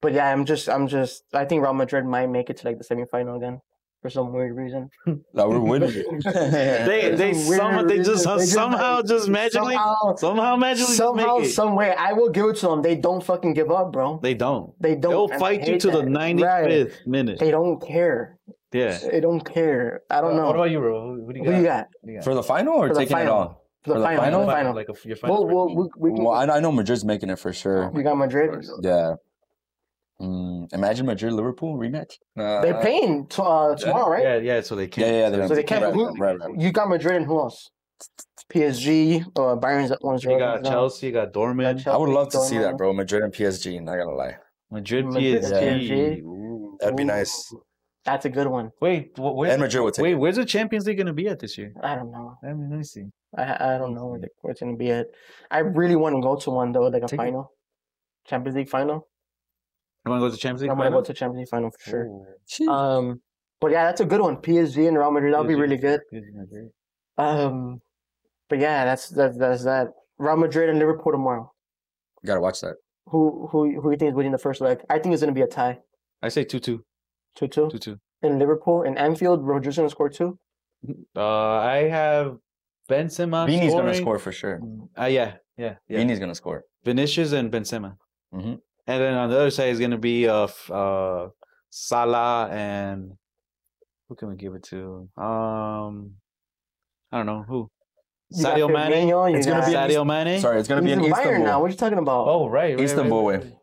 but yeah, I'm just I'm just I think Real Madrid might make it to like the semifinal again for some weird (laughs) reason. like, we're (laughs) winning. (laughs) (laughs) They they Weird somehow they just reason. They just- somehow just magically somehow somehow magically just somehow make it. some way I will give it to them. They don't fucking give up, bro. They don't. They don't They'll and I fight you hate to the that. 95th Right. minute. They don't care. Yeah. They don't care. I don't know. Uh, What about you, bro? What do you Who got? you got? For the final or For the taking final. it all? For the, For the final, final? the final. Like a, your final. Well, well, we, we, Well, I, I know Madrid's making it for Oh sure. we got Madrid. Yeah. Mm, imagine Madrid Liverpool rematch. Uh, They're playing t- uh, tomorrow, right? Yeah, yeah. So they Yeah, can't. yeah, they're So they can't- Right, who- right, right. You got Madrid and who else? PSG or uh, Bayern's at one zero. You got Chelsea. You got Dortmund. Chelsea. I would love to see that, Dortmund. bro. Madrid and PSG. Not gonna lie, Madrid, Madrid, PSG. PSG. Ooh. that'd be Ooh. nice. That's a good one. Wait, wh- where's And Madrid would take. wait, it. where's the Champions League gonna be at this year? I don't know. Let me, let me see. I I don't know where the- where it's gonna be at. I really want to go to one though, like a Take it. final, Champions League final. You want to go to Champions League? I'm gonna go final? to Champions League final for sure. Ooh, Um, but yeah, that's a good one. PSG and Real Madrid. That'll be PSG. really good. PSG, Madrid. Um, but yeah, that's that's that's that. Real Madrid and Liverpool tomorrow. Gotta watch that. Who who who you think is winning the first leg? I think it's gonna be a tie, I say 2 2. two two. 2 2. In Liverpool in Anfield, Rodriguez gonna score two. Uh, I have Benzema. Vini's scoring. gonna score for sure. Uh, yeah, yeah, yeah. Vini's gonna score. Vinicius and Benzema. Mhm. And then on the other side is going to be uh, f- uh, Salah and who can we give it to? Um, I don't know who. You got Sadio Mane. Firmino, you It's gonna got- be an Sadio Mane. Sorry, it's gonna be He's in in Bayern now. Istanbul. What are you talking about? Oh right, right, right, Istanbul right, way. right.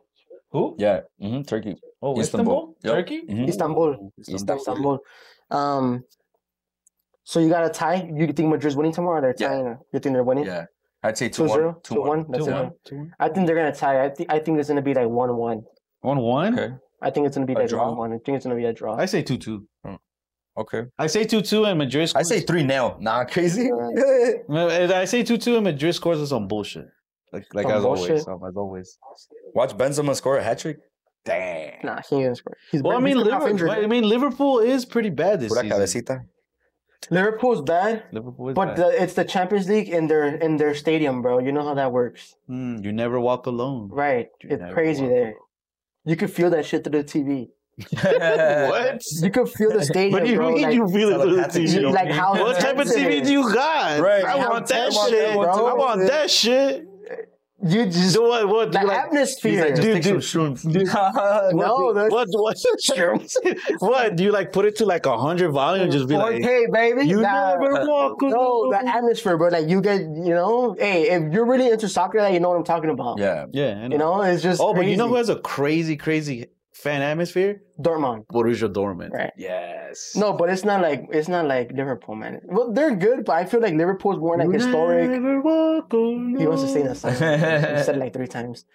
Who? Yeah. hmm Turkey. Oh, Istanbul, Istanbul. Yep. Turkey. Mhm. Istanbul. Istanbul. Istanbul. Um, so you got a tie. You think Madrid's winning tomorrow? They're Yeah. tying. You think they're winning? Yeah. I'd say 2 Two zero, two one. That's Two it. one. Two one. I think they're gonna tie. I think I think it's gonna be like one one. One one. Okay. I think it's gonna be A like draw? one one. I think it's gonna be a draw. I say two two. Okay. I say two two and Madrid. I Scores. say three now. Nah, (laughs) crazy. No, and I say two two and Madrid scores is on bullshit. Like like Some as always. bullshit. um, As always. Watch Benzema score a hat trick. Dang. Nah, he ain't gonna score. He's Well, I he's mean, coming off Liverpool, injured. I mean, Liverpool is pretty bad this Pura season. cabecita. Liverpool's bad, Liverpool is but bad. the, it's the Champions League in their in their stadium, bro. You know how that works, Mm, you never walk (laughs) alone. (laughs) right? You It's never crazy walk there. You could feel that shit through the TV. what? You could feel the stadium, What do you bro. mean like- you feel it through the telepathic TV? shit. like how what type of intense it TV is. do you got? Right. I How want that intense it shit. is, bro. I want that shit. You just Do what? What? the do like, atmosphere. do- do- no, (laughs) that's what? What? (laughs) what? Do you like put it to like a hundred volume and just be like, 4K, baby. you Nah. Uh, never walk No, alone? the atmosphere, bro. Like you get, you know, hey, if you're really into soccer, like you know what I'm talking about. Yeah. (laughs) yeah, I You know, it's just Oh, but you know who what? has a crazy, crazy fan atmosphere? Dortmund. Borussia Dortmund. Right. Yes. No, but it's not like it's not like Liverpool, man. Well, they're good, but I feel like Liverpool's more like historic. Never walk alone. He wants to sing that song. He said it like three times.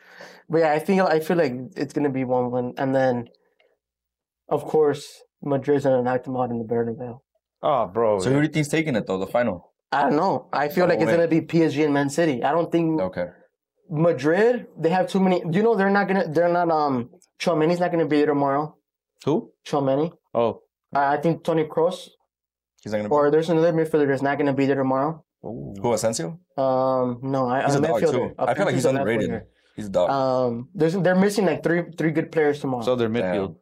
But yeah, I feel I feel like it's gonna be one one, and then, of course, Madrid's gonna knock them out in the Bernabeu. Oh, bro. So who do you think's taking it though? The final. I don't know. I feel No like it's way. gonna be PSG and Man City. I don't think Okay. Madrid. They have too many. You know, they're not gonna. They're not. Um, Chouamani's not gonna be there tomorrow. Who? Chouamani. Oh. I I think Tony Kroos He's not gonna. or there's another midfielder that's not gonna be there tomorrow. Who Asensio? Um, no, I, He's a a dog midfielder. too. I feel like Offensive he's left underrated. winger. He's a dog. Um, there's they're missing like three three good players tomorrow. So they're Oh, Damn. midfield.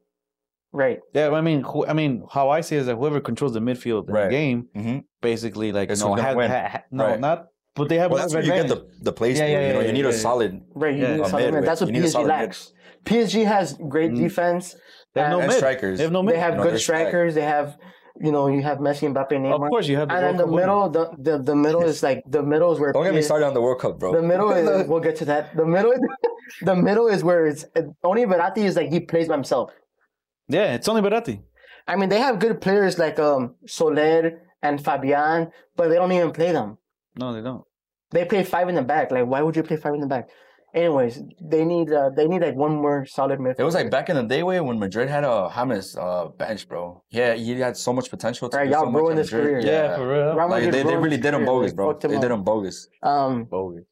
right. Yeah, I mean, who, I mean, how I see it is that whoever controls the midfield in the Right. game, Mhm. basically, like, It's no, who's gonna have, win. ha, ha- no, Right. not, but they have Well, an that's where you get advantage. the the place. Yeah, for, yeah, you know, yeah, you need yeah, a yeah. solid. Right, you Yeah. need A something. mid, That's what you need a PSG solid mid. lacks. PSG has great Mm. defense. They have no and mid. strikers. They have no mid. They have No, good they're stacked. strikers. They have, you know, you have Messi, Mbappe, Neymar. of course, you have the and in the World Cup winner. middle, the, the the middle is like the middle is where Don't get me PS started on the World Cup, bro. (laughs) The middle is we'll get to that. The middle, (laughs) the middle is where it's only Verratti is like he plays by himself. Yeah, it's only Berati. I mean, they have good players like um Soler and Fabian, but they don't even play them. No, they don't. They play five in the back. Like, why would you play five in the back? Anyways, they need uh, they need like one more solid midfielder. It was like back in the day way when Madrid had a James uh, bench, bro. Yeah, he had so much potential. To Right, do y'all so much ruined in his Madrid. career. Yeah, for real. Real Like Madrid they, they ruined really his did him career. bogus, They bro. fucked him They did up. him bogus. Um. Bogus.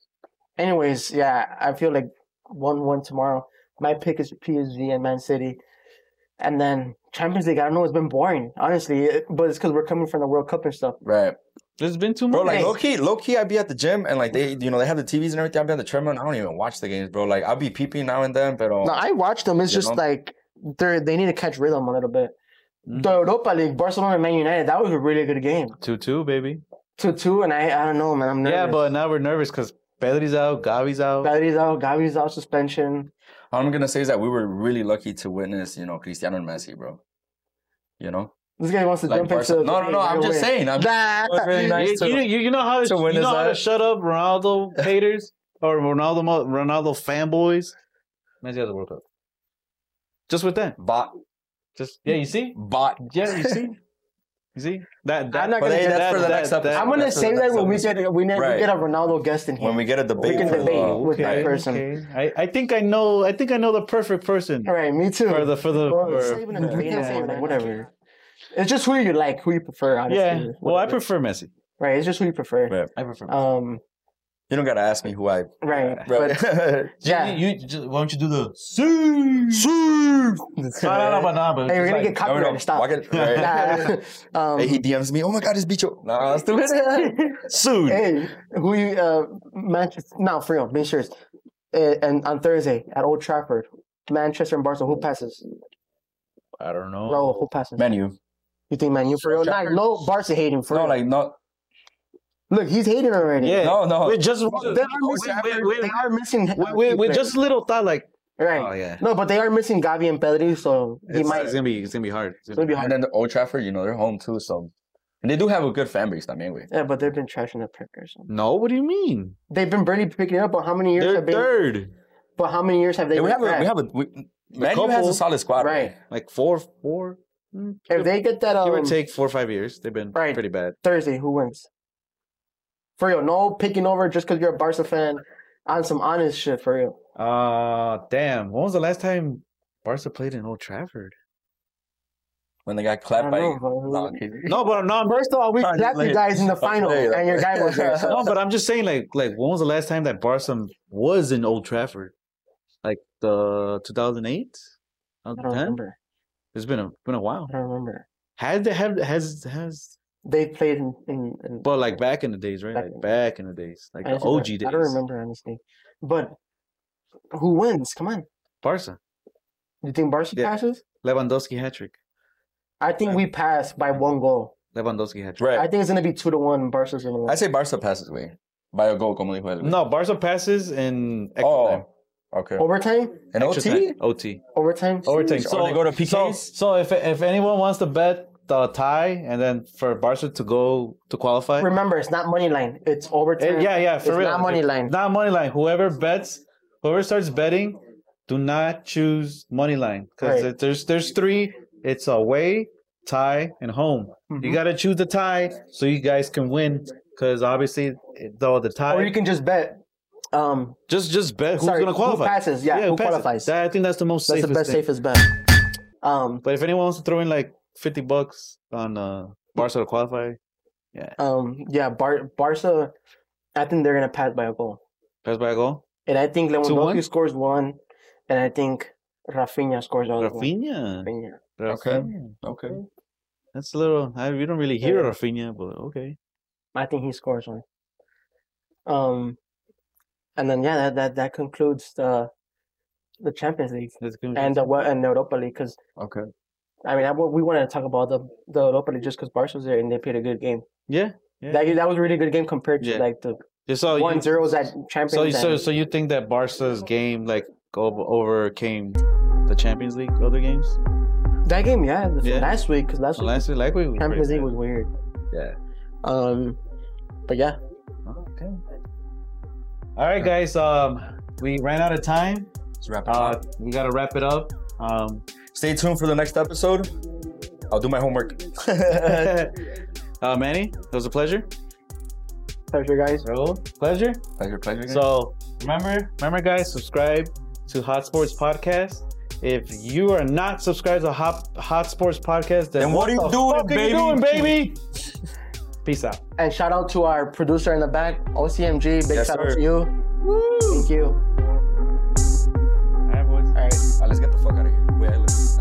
Anyways, yeah, I feel like one one tomorrow. My pick is PSG and Man City, and then Champions League. I don't know. It's been boring, honestly. It, but it's because we're coming from the World Cup and stuff. Right. There's been too Bro, much. like Nice. low key, low key, I'd be at the gym and like they, you know, they have the TVs and everything. I'd be on the treadmill. And I don't even watch the games, bro. Like I'll be peeping now and then, but um, No, I watched them. It's You just know? like they they need to catch rhythm a little bit. Mm-hmm. Mhm. The Europa League, Barcelona and Man United. That was a really good game. two two, baby. Two two, and I I don't know, man. I'm nervous. Yeah, but now we're nervous because Pedri's out, Gavi's out. Gavi's out. Gavi's out. Suspension. all I'm gonna say is that we were really lucky to witness, you know, Cristiano and Messi, bro. You know, This guy wants to like jump into. Barca- the no, no, game no. right I'm just away. saying. I'm. Nah. it was (laughs) really nice you, to- you, you know how to, to win you his know how to ass. shut up (laughs) Ronaldo haters or Ronaldo mo- Ronaldo fanboys. Messi has a World Cup. Just with that, Bot, just yeah, you see, bot. yeah, you see, you see that. that I'm not But gonna. hey, get that's that- for the that- next episode. that- I'm gonna That's for the save that next when we episode. get we, ne- Right. we get a Ronaldo guest in (laughs) here. When we get a debate, can for, debate uh, with that person. okay. I, I think I know. I think I know the perfect person All right, me too. for the for the. Or- For, or- yeah, like, whatever. It's just who you like, who you prefer. Honestly. yeah. Well, I Whatever. prefer Messi. Right, it's just who you prefer. Right. I prefer. Messi. Um, you don't gotta ask me who I. right, (laughs) Right. but yeah. You, you just, why don't you do the see (laughs) Hey, we're gonna get No, we don't. copyrighted. Stop. Walk it- right. (laughs) (laughs) Nah. um, Hey, he DMs me. Oh my God, it's Bicho. Nah, it's too soon? hey, who you? Uh, Manchester. No, for real. Be sure. Uh, and on Thursday at Old Trafford, Manchester and Barcelona. Who passes? I don't know. Bro, who passes? Menu. You think Man? You for real? Nah, no, Barca hating for No, real. like not. look, he's hating already. Yeah. No, no. We're just They are missing. Wait, wait, they wait. are missing. we, we, we just little thought like right. oh yeah No, but they are missing Gavi and Pedri, so he it's, might. it's gonna be it's gonna be hard It's It'll gonna be- be And hard. then the Old Trafford, you know, they're home too, so and they do have a good fan base. I mean, anyway. Yeah, but they've been trashing the Packers. no what do you mean They've been barely picking it up. But how many years they're have they? third But how many years have they? Yeah, we been have a we trash? have a we, Man U couple- has a solid squad, right. like four four mm, If they get that give um, or take four or five years they've been Right. pretty bad Thursday, who wins? For real, no picking over just because you're a Barca fan on some honest shit. For real, uh damn when was the last time Barca played in Old Trafford When they got I clapped don't by know. bro. Nah, okay. no but no I'm, First of all, we Sorry, slapped you late. guys in the Sorry, final, late. and your guy was there. So (laughs) no but I'm just saying like like when was the last time that Barca was in Old Trafford like the 2008 I don't 2010 remember. it's been a been a while I don't remember. has they have has has They played in. in, in But like back in the days, right? Back Like in- back in the days, like I the just don't- OG days. I don't remember honestly, but who wins? Come on, Barca, you think Barca Yeah. passes? Lewandowski hat trick. I think we pass by one goal. Lewandowski hat trick. Right. I think it's gonna be two to one. Barca's gonna I win. say Barca passes away by a goal. Como dijo el- No, Barca passes in extra time. Oh, okay. Overtime, And Extra OT. time. OT. overtime. Overtime. Or they go to So, PKs. so if if anyone wants to bet the tie and then for Barca to go to qualify, Remember, it's not money line. It's overtime. Eh, yeah, yeah, for it's real. not money line. Not money line. Whoever bets, whoever starts betting, do not choose money line because Right. there's there's three. It's away, tie, and home. Mm-hmm. You gotta choose the tie so you guys can win. Because obviously, it- though the tie, or you can just bet. Um, just just bet who's sorry, gonna qualify. Who passes? Yeah, who, who passes. qualifies? That- I think that's the most That's the safest thing. best, safest bet. Um, But if anyone wants to throw in like fifty bucks on uh, Barca to qualify, um, yeah, Bar- Barca. I think they're gonna pass by a goal, pass by a goal. and I think one? Lewandowski scores one, and I think Rafinha scores the other one. Rafinha. Rafinha. Okay. Rafinha. Okay. That's a little. I, we don't really hear Yeah. Rafinha, but okay. I think he scores one. Um, and then yeah, that that, that concludes the the Champions League That's good. and the Wo- and the Europa League because Okay. I mean I, we wanted to talk about the the Europa League just because Barca was there and they played a good game. yeah. Yeah. That that was a really good game compared to Yeah. like the Yeah, so you- one zeros at So, you- Champions. so, and- so you think that Barca's game like o- overcame the Champions League other games? that game, yeah, the- Yeah. last week because last week Unless like we were Champions pretty League was weird. Yeah. Um, but yeah, bad. Okay. All right, guys. Um, we ran out of time. Let's wrap it Uh, up. we gotta wrap it up. Um, (laughs) Stay tuned for the next episode. I'll do my homework. uh, Manny, it was a pleasure. pleasure guys. Raul, pleasure. pleasure, pleasure. So Remember, remember, guys, subscribe to Hot Sports Podcast. If you are not subscribed to Hot, Hot Sports Podcast, then, Then what are you the doing, fuck baby? Are you doing, baby? Peace out. And shout out to our producer in the back, OCMG. Big Yes, shout out sir. to you. Thank you. All right, boys. All right. Ah, All right, let's get the fuck out of here. Wait, I Ah, listen.